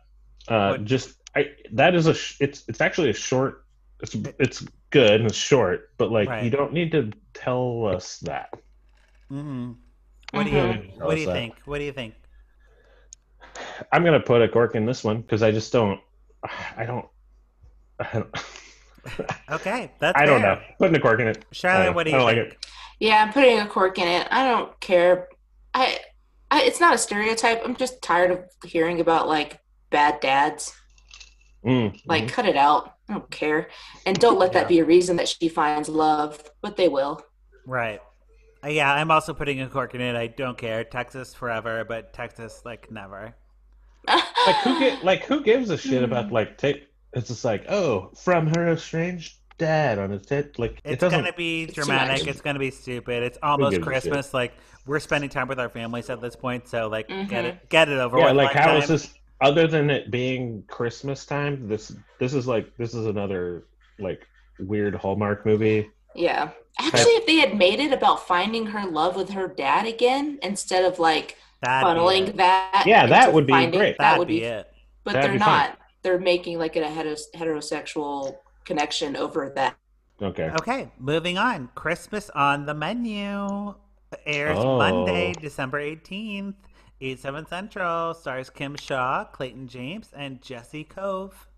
Speaker 2: Uh,
Speaker 1: What-
Speaker 2: just I that is a sh- it's it's actually a short. It's it's good and it's short, but like
Speaker 1: Right.
Speaker 2: you don't need to tell us that.
Speaker 1: hmm What
Speaker 3: Mhm.
Speaker 1: do you What do you
Speaker 2: Awesome.
Speaker 1: think? What do you think?
Speaker 2: I'm gonna put a cork in this one because I just don't. I don't. I don't,
Speaker 1: Okay, that's
Speaker 2: I don't
Speaker 1: fair.
Speaker 2: know. Putting a cork in it. I
Speaker 1: Charlotte,
Speaker 2: don't-
Speaker 1: what do
Speaker 2: I
Speaker 1: you
Speaker 2: don't like
Speaker 1: think?
Speaker 3: Yeah, I'm putting a cork in it. I don't care. I, I it's not a stereotype. I'm just tired of hearing about like bad dads.
Speaker 2: Mm,
Speaker 3: Like,
Speaker 2: mhm.
Speaker 3: cut it out. I don't care. And don't let that
Speaker 1: Yeah.
Speaker 3: be a reason that she finds love, but they will.
Speaker 1: Right. Uh, Yeah, I'm also putting a cork in it. I don't care. Texas forever, but Texas like never.
Speaker 2: like who get like who gives a shit
Speaker 3: Mm.
Speaker 2: about like tape? It's just like oh, from her estranged dad on his tape. Like it
Speaker 1: It's
Speaker 2: doesn't.
Speaker 1: gonna be
Speaker 3: It's too
Speaker 1: dramatic.
Speaker 3: much.
Speaker 1: It's gonna be stupid. It's almost
Speaker 2: gives a shit?
Speaker 1: Christmas. Like we're spending time with our families at this point, so like get
Speaker 3: Mhm.
Speaker 1: it get it over
Speaker 2: yeah,
Speaker 1: with.
Speaker 2: like how is
Speaker 1: lifetime.
Speaker 2: this? Other than it being Christmas time, this this is like this is another like weird Hallmark movie.
Speaker 3: [laughs] Yeah. Actually, if they had made it about finding her love with her dad again instead of like
Speaker 1: That'd be
Speaker 3: funneling
Speaker 1: it.
Speaker 3: that.
Speaker 2: Yeah, that
Speaker 3: into
Speaker 2: would be
Speaker 3: finding-
Speaker 2: great.
Speaker 1: That'd
Speaker 3: That would be,
Speaker 1: it.
Speaker 3: but
Speaker 2: That'd be
Speaker 3: they're
Speaker 2: fine.
Speaker 3: not. They're making like a heteros- heterosexual connection over that.
Speaker 2: Okay.
Speaker 1: Okay, moving on. Christmas on the menu airs
Speaker 2: Oh.
Speaker 1: Monday, December 18th, 8, 7 Central. Stars Kim Shaw, Clayton James, and Jesse Cove.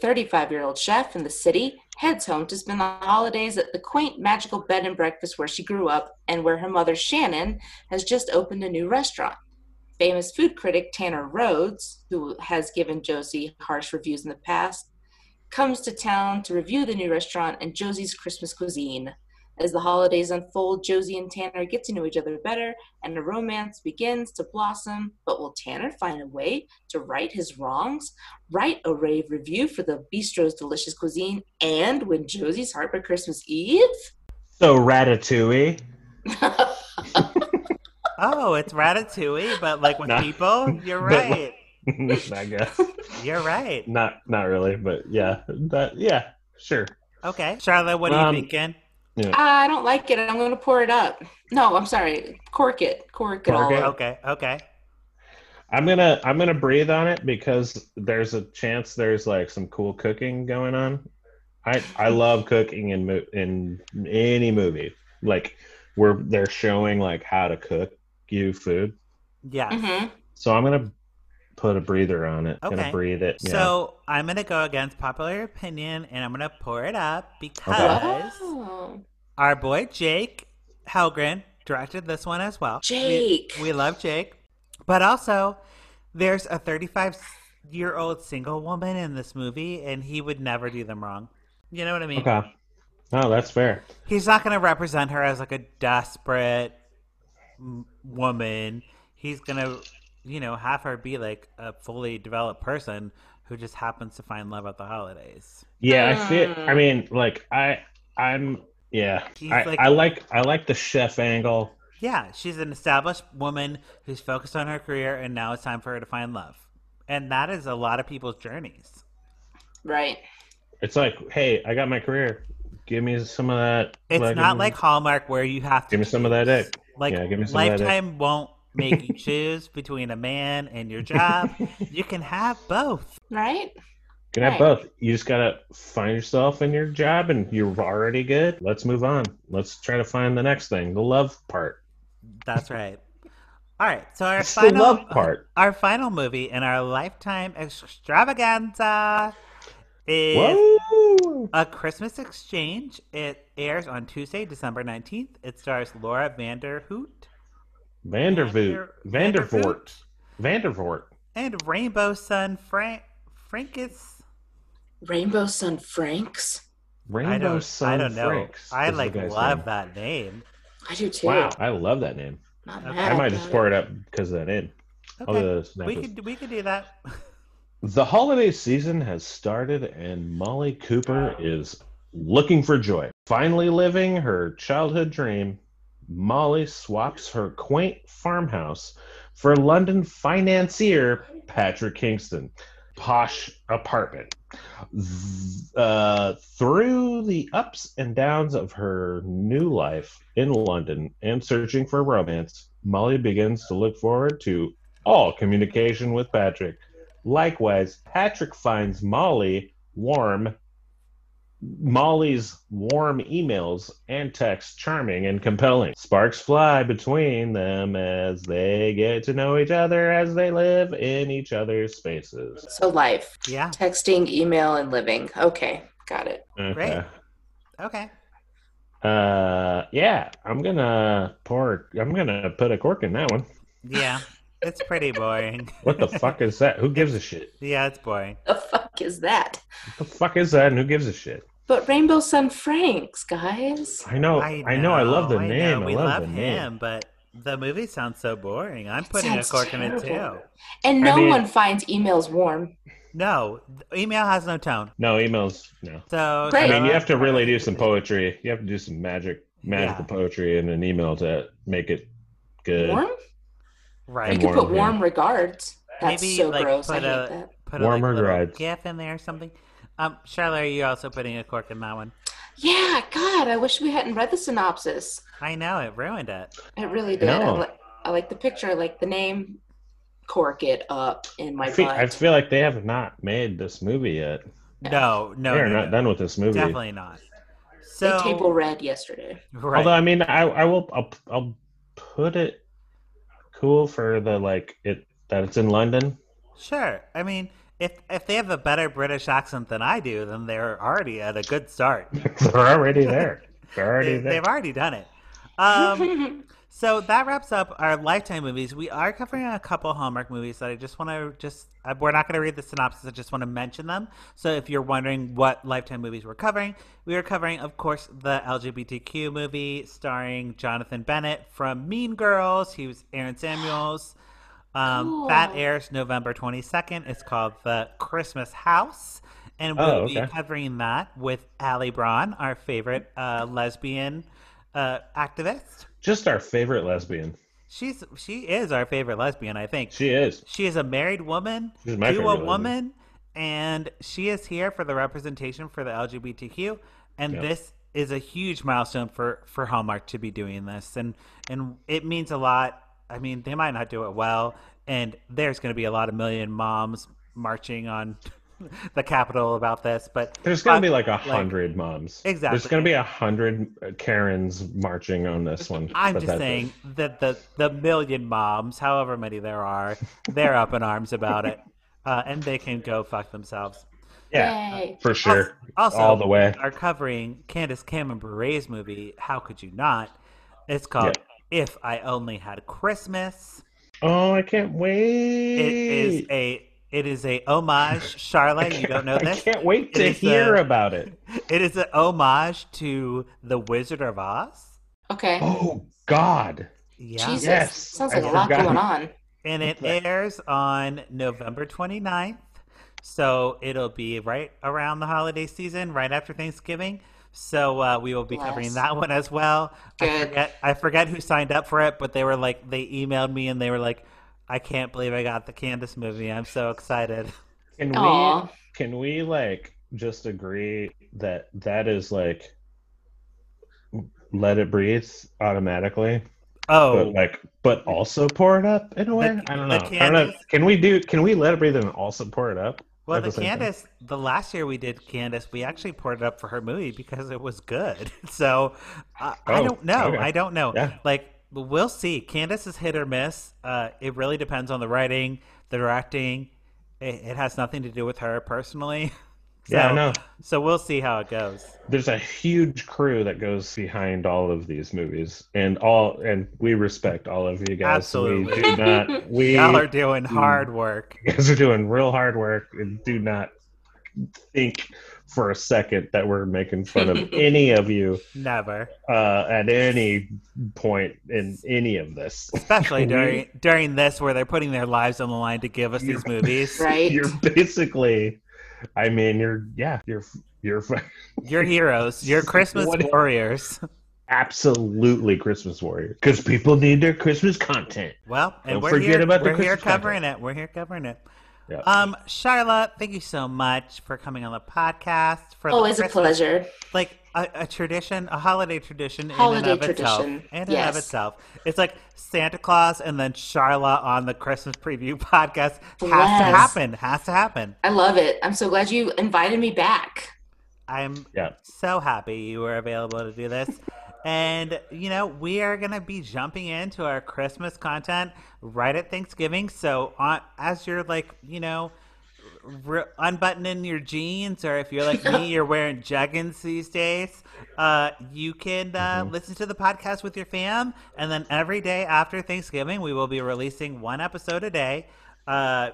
Speaker 3: 35 year old chef in the city heads home to spend the holidays at the quaint magical bed and breakfast where she grew up and where her mother Shannon has just opened a new restaurant. Famous food critic Tanner Rhodes, who has given Josie harsh reviews in the past, comes to town to review the new restaurant and Josie's Christmas cuisine. As the holidays unfold, Josie and Tanner get to know each other better and a romance begins to blossom. But will Tanner find a way to right his wrongs? write a rave review for the bistro's delicious cuisine and win Josie's heart by Christmas Eve?
Speaker 2: So Ratatouille. [laughs]
Speaker 1: Oh, it's Ratatouille, but like with
Speaker 2: No.
Speaker 1: people? You're
Speaker 2: [laughs] But with-
Speaker 1: right.
Speaker 2: I guess
Speaker 1: You're right.
Speaker 2: not. Not really, but yeah. That yeah. Sure.
Speaker 1: Okay. Charlotte, what are
Speaker 2: Um,
Speaker 1: you thinking?
Speaker 3: I don't like it. I'm going to pour it up. No, I'm sorry. Cork it. Cork it
Speaker 2: Cork
Speaker 3: all
Speaker 2: it?
Speaker 3: up.
Speaker 1: Okay, okay.
Speaker 2: I'm gonna I'm gonna breathe on it because there's a chance there's like some cool cooking going on. I I love cooking in mo- in any movie. Like where they're showing like how to cook you food.
Speaker 1: Yeah.
Speaker 3: hmm
Speaker 2: So I'm gonna put a breather on it.
Speaker 1: Okay.
Speaker 2: Gonna breathe it. Yeah.
Speaker 1: So I'm going to go against popular opinion and I'm going to pour it up because
Speaker 3: Oh.
Speaker 1: our boy Jake Helgren directed this one as well. We-
Speaker 3: Jake.
Speaker 1: We, love Jake. But also, there's a 35 year old single woman in this movie and he would never do them wrong. You know what I mean?
Speaker 2: okay. No, that's fair.
Speaker 1: He's not going to represent her as like a desperate m- woman. He's going to, you know, have her be like a fully developed person who just happens to find love at the holidays.
Speaker 2: Yeah, I feel.
Speaker 3: Mm.
Speaker 1: Uh.
Speaker 2: I mean, like I I'm yeah.
Speaker 1: He's
Speaker 2: I
Speaker 1: like-
Speaker 2: I like I like the chef angle.
Speaker 1: Yeah, she's an established woman who's focused on her career, and now it's time for her to find love. And that is a lot of people's journeys.
Speaker 3: Right.
Speaker 2: It's like, hey, I got my career. Give me some of that.
Speaker 1: It's not like Hallmark where you have to
Speaker 2: um, Give me some of that
Speaker 1: choose.
Speaker 2: dick.
Speaker 1: Like
Speaker 2: Yeah, give me some of that dick.
Speaker 1: Lifetime won't make
Speaker 2: [laughs]
Speaker 1: you choose between a man and your job. you can have both.
Speaker 3: Right?
Speaker 2: You can have
Speaker 3: Right.
Speaker 2: both. You just gotta find yourself in your job, and you're already good. Let's move on. Let's try to find the next thing, the love part.
Speaker 1: That's right. All right, so our
Speaker 2: It's the
Speaker 1: final
Speaker 2: love part.
Speaker 1: our final movie in our lifetime extravaganza is
Speaker 2: Whoa!
Speaker 1: A Christmas Exchange. It airs on Tuesday, December 19th. It stars Laura Vanderhoot
Speaker 2: Vandervoot,
Speaker 1: Vander-
Speaker 2: Vandervoort, Vandervoort.
Speaker 1: and Rainbow Sun Frank Frankus.
Speaker 3: Rainbow Sun Franks.
Speaker 2: Rainbow
Speaker 1: I don't,
Speaker 2: Sun
Speaker 1: I don't know.
Speaker 2: Franks
Speaker 1: I
Speaker 2: is the
Speaker 1: like
Speaker 2: guy's
Speaker 1: love
Speaker 2: name.
Speaker 1: that name.
Speaker 3: I do too.
Speaker 2: Wow, I love that name.
Speaker 3: Not
Speaker 1: Okay.
Speaker 3: mad
Speaker 2: I might
Speaker 3: about
Speaker 2: just
Speaker 3: it.
Speaker 2: pour it up because of that name.
Speaker 1: Okay.
Speaker 2: Oh, the
Speaker 1: we
Speaker 2: snappers.
Speaker 1: could we could do that. [laughs]
Speaker 2: The holiday season has started, and Molly Cooper is looking for joy. Finally living her childhood dream, Molly swaps her quaint farmhouse for London financier Patrick Kingston. Posh apartment. Th- Uh, through the ups and downs of her new life in London and searching for romance, Molly begins to look forward to all communication with Patrick. Likewise, Patrick finds Molly warm. Molly's warm emails and texts charming and compelling. Sparks fly between them as they get to know each other as they live in each other's spaces.
Speaker 3: So, life.
Speaker 1: Yeah.
Speaker 3: Texting, email, and living. Okay. Got it. [laughs]
Speaker 2: Okay.
Speaker 1: Great. Okay.
Speaker 2: Uh, yeah, I'm gonna pour. I'm gonna put a cork in that one.
Speaker 1: Yeah, it's pretty boring. [laughs]
Speaker 2: What the fuck is that? Who gives a shit?
Speaker 1: Yeah, it's boring.
Speaker 3: The fuck is that?
Speaker 2: What the fuck is that? And who gives a shit?
Speaker 3: But Rainbow Sun Franks, guys.
Speaker 2: I know. Oh, I know. I, love the
Speaker 1: I
Speaker 2: name.
Speaker 1: know,
Speaker 2: I
Speaker 1: we
Speaker 2: love,
Speaker 1: love
Speaker 2: the
Speaker 1: him,
Speaker 2: name.
Speaker 1: but the movie sounds so boring. I'm putting a
Speaker 3: sounds
Speaker 1: cork in it
Speaker 3: terrible.
Speaker 1: too.
Speaker 3: And
Speaker 2: I
Speaker 3: no
Speaker 2: mean-
Speaker 3: one finds emails warm.
Speaker 1: No, the email has no tone.
Speaker 2: No emails. No.
Speaker 1: So
Speaker 3: Great.
Speaker 2: I
Speaker 3: Hey. uh,
Speaker 2: mean, you have to
Speaker 1: [laughs]
Speaker 2: really do some poetry. You have to do some magic, magical poetry in an email to make it good.
Speaker 3: Warm?
Speaker 1: right.
Speaker 3: You
Speaker 2: And
Speaker 3: could put
Speaker 2: warm, yeah.
Speaker 3: warm regards. That's
Speaker 1: Maybe,
Speaker 3: so
Speaker 1: like,
Speaker 3: gross. I
Speaker 1: put
Speaker 3: hate
Speaker 1: a-
Speaker 3: that.
Speaker 1: Put a like,
Speaker 2: warmer
Speaker 1: little
Speaker 2: rides.
Speaker 1: gif in there or something. Um, Charlotte, are you also putting a cork in that one?
Speaker 3: Yeah, God, I wish we hadn't read the synopsis.
Speaker 1: I know it ruined it.
Speaker 3: It really did. I,
Speaker 2: No.
Speaker 3: li- I like the picture. I like the name. Cork it up in my
Speaker 2: I feel,
Speaker 3: butt.
Speaker 2: I feel like they have not made this movie yet.
Speaker 1: No, no,
Speaker 2: they are
Speaker 1: no,
Speaker 2: not
Speaker 1: no.
Speaker 2: done with this movie.
Speaker 1: definitely not.
Speaker 3: They
Speaker 1: So
Speaker 3: table read yesterday.
Speaker 1: right.
Speaker 2: Although I mean, I, I will I'll, I'll put it cool for the like it that it's in London. [laughs]
Speaker 1: Sure. I mean, if if they have a better British accent than I do, then they're already at a good start.
Speaker 2: They're already there. They're already
Speaker 1: [laughs] They,
Speaker 2: there.
Speaker 1: they've already done it. Um, so that wraps up our lifetime movies. We are covering a couple Hallmark movies that I just want to just uh, we're not going to read the synopsis. I just want to mention them. So if you're wondering what lifetime movies we're covering, we are covering, of course, the LGBTQ movie starring Jonathan Bennett from Mean Girls. He was
Speaker 2: [gasps]
Speaker 1: Aaron Samuels. Um, That
Speaker 3: Cool.
Speaker 1: airs November 22nd. It's called The Christmas House. And we'll
Speaker 2: Oh,
Speaker 1: be
Speaker 2: okay.
Speaker 1: covering that with Ali Braun, our favorite uh, lesbian uh, activist.
Speaker 2: Just our favorite lesbian.
Speaker 1: She's she is our favorite lesbian, I think. She,
Speaker 2: She is.
Speaker 1: is a married woman
Speaker 2: She's my
Speaker 1: to
Speaker 2: favorite
Speaker 1: a
Speaker 2: lesbian.
Speaker 1: woman, and she is here for the representation for the LGBTQ. And
Speaker 2: Yep.
Speaker 1: this is a huge milestone for for Hallmark to be doing this, and and it means a lot. I mean, they might not do it well, and there's going to be a lot of million moms marching on [laughs] the Capitol about this, but
Speaker 2: There's gonna
Speaker 1: uh,
Speaker 2: be like a hundred moms. There's
Speaker 1: Exactly.
Speaker 2: gonna be a hundred uh, Karens marching on this one.
Speaker 1: I'm
Speaker 2: But
Speaker 1: just
Speaker 2: that's
Speaker 1: saying
Speaker 2: it.
Speaker 1: that the the million moms, however many there are, they're up in arms about it, uh, and they can go fuck themselves.
Speaker 2: Yeah,
Speaker 3: [laughs] Yay.
Speaker 2: for sure.
Speaker 1: Also,
Speaker 2: All the way.
Speaker 1: we are covering Candace Cameron Bure's movie. How could you not? It's called If I Only Had Christmas.
Speaker 2: Oh, I can't wait.
Speaker 1: It is a it is a homage, Charlotte. You don't know
Speaker 2: [laughs] I
Speaker 1: this.
Speaker 2: can't wait to
Speaker 1: is,
Speaker 2: hear
Speaker 1: uh, [laughs]
Speaker 2: about it.
Speaker 1: It is an homage to The Wizard of Oz.
Speaker 3: Okay.
Speaker 2: Oh God.
Speaker 1: Yeah.
Speaker 3: Jesus.
Speaker 2: Yes,
Speaker 3: Sounds
Speaker 2: I
Speaker 3: like a lot
Speaker 2: forgot.
Speaker 3: going on.
Speaker 1: and it
Speaker 2: Right.
Speaker 1: airs on November 29th. So it'll be right around the holiday season, right after Thanksgiving. So uh, we will be covering
Speaker 3: Bless.
Speaker 1: that one as well. I
Speaker 3: Good.
Speaker 1: forget, I forget who signed up for it, but they were like, they emailed me and they were like, I can't believe I got the Candace movie. I'm so excited.
Speaker 2: Can we
Speaker 3: Aw.
Speaker 2: can we like just agree that that is like let it breathe automatically
Speaker 1: Oh,
Speaker 2: but like but also pour it up in a way
Speaker 1: The-
Speaker 2: i don't
Speaker 1: the
Speaker 2: know i don't know
Speaker 1: Candace-
Speaker 2: can we do can we let it breathe and also pour it up
Speaker 1: well,
Speaker 2: at
Speaker 1: the
Speaker 2: the same time.
Speaker 1: Candace, the last year we did Candace, we actually poured it up for her movie because it was good. [laughs] So uh, I
Speaker 2: Oh,
Speaker 1: don't know.
Speaker 2: okay.
Speaker 1: I don't know.
Speaker 2: yeah
Speaker 1: like we'll see candace is hit or miss uh, it really depends on the writing the directing it, it has nothing to do with her personally [laughs] so,
Speaker 2: yeah i know
Speaker 1: so we'll see how it goes
Speaker 2: there's a huge crew that goes behind all of these movies and all and we respect all of you guys
Speaker 1: Absolutely.
Speaker 2: we
Speaker 1: [laughs]
Speaker 2: do not we
Speaker 1: y'all are doing
Speaker 2: Hmm.
Speaker 1: hard work
Speaker 2: you [laughs] guys are doing real hard work and do not think for a second that we're making
Speaker 1: [laughs]
Speaker 2: fun of any of you
Speaker 1: never
Speaker 2: uh, at any point in any of this [laughs]
Speaker 1: especially
Speaker 2: We-
Speaker 1: during during this where they're putting their lives on the line to give us
Speaker 2: [laughs]
Speaker 1: these movies
Speaker 3: Right?
Speaker 2: you're basically i mean you're yeah you're you're
Speaker 1: your heroes your christmas
Speaker 2: What-
Speaker 1: warriors
Speaker 2: absolutely christmas warrior because people need their christmas content
Speaker 1: well and
Speaker 2: Don't
Speaker 1: we're
Speaker 2: forget
Speaker 1: here,
Speaker 2: about the
Speaker 1: we're here
Speaker 2: Christmas content.
Speaker 1: covering it we're here covering it
Speaker 2: Yeah.
Speaker 1: um charlotte thank you so much for coming on the podcast [laughs] for the
Speaker 3: Always Oh, a
Speaker 1: Christmas
Speaker 3: pleasure.
Speaker 1: like a, a tradition, a holiday tradition in
Speaker 3: Holiday
Speaker 1: and of itself.
Speaker 3: tradition,
Speaker 1: In and of
Speaker 3: yes.
Speaker 1: itself. It's like Santa Claus and then Charla on the Christmas preview [laughs] podcast. Has to
Speaker 3: Bless.
Speaker 1: happen. Has to happen.
Speaker 3: I love it. I'm so glad you invited me back.
Speaker 1: I'm
Speaker 2: Yeah.
Speaker 1: so happy you were available to do this. And you know, we are going to be jumping into our uh, Christmas content right at Thanksgiving. So, on, as you're like, you know, re- unbuttoning your jeans, or if you're like me, you're wearing jeggings these days, uh, you can uh,
Speaker 2: Mhm.
Speaker 1: listen to the podcast with your fam. And then every day after Thanksgiving, we will be releasing one episode a day, uh,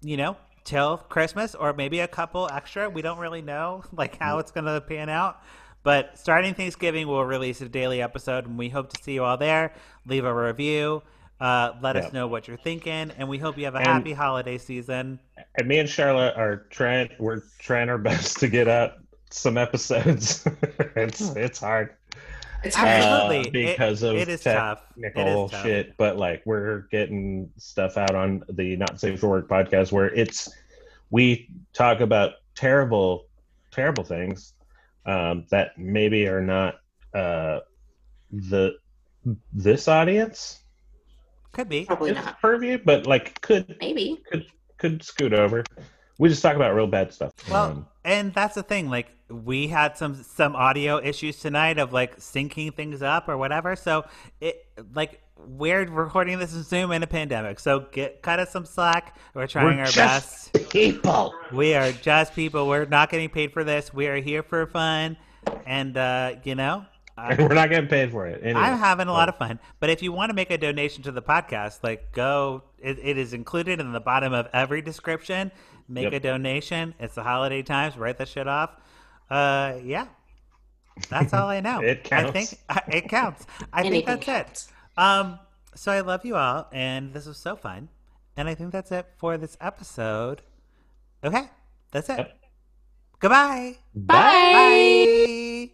Speaker 1: you know, till Christmas, or maybe a couple extra. We don't really know [laughs] like how it's going to pan out. But starting Thanksgiving, we'll release a daily episode, and we hope to see you all there. Leave a review. Uh, let us
Speaker 2: Yep.
Speaker 1: know what you're thinking, and we hope you have a
Speaker 2: And-
Speaker 1: happy holiday season.
Speaker 2: And me and Charlotte are trying. We're trying our best to get up some episodes. [laughs] it's it's hard
Speaker 3: It's
Speaker 2: uh,
Speaker 3: hard.
Speaker 1: Hmm. Absolutely. It-
Speaker 2: because of
Speaker 1: It is tough. It
Speaker 2: technical
Speaker 1: is tough.
Speaker 2: shit. But like we're getting stuff out on the Not Safe for Work podcast where it's we talk about terrible, terrible things um, that maybe are not uh, the this audience
Speaker 1: Could be.
Speaker 3: Probably
Speaker 2: is
Speaker 3: not.
Speaker 2: purview, but like could
Speaker 3: Maybe.
Speaker 2: could scoot over. We just talk about real bad stuff.
Speaker 1: Well,
Speaker 2: Um,
Speaker 1: and that's the thing. Like we had some some audio issues tonight of like syncing things up or whatever. So it like we're recording this in Zoom in a pandemic. So get cut us some slack. We're trying our
Speaker 2: just
Speaker 1: best.
Speaker 2: people.
Speaker 1: We are just people. We're not getting paid for this. We are here for fun, and uh, you know.
Speaker 2: And
Speaker 1: I-
Speaker 2: [laughs] we're not getting paid for it. Anyway.
Speaker 1: I'm having a lot of fun, but if you want to make a donation to the podcast, like go, it, it is included in the bottom of every description. Make
Speaker 2: Yep.
Speaker 1: a donation. It's the holiday times. Write that shit off. Uh, yeah, that's all I know.
Speaker 2: [laughs] It
Speaker 1: I
Speaker 2: counts.
Speaker 1: think I, it counts. I think
Speaker 3: Anything
Speaker 1: that's
Speaker 3: counts.
Speaker 1: it. Um, so I love you all, and this was so fun. And I think that's it for this episode. Okay, that's it.
Speaker 2: Yep.
Speaker 1: Goodbye.
Speaker 3: Bye.
Speaker 1: Bye.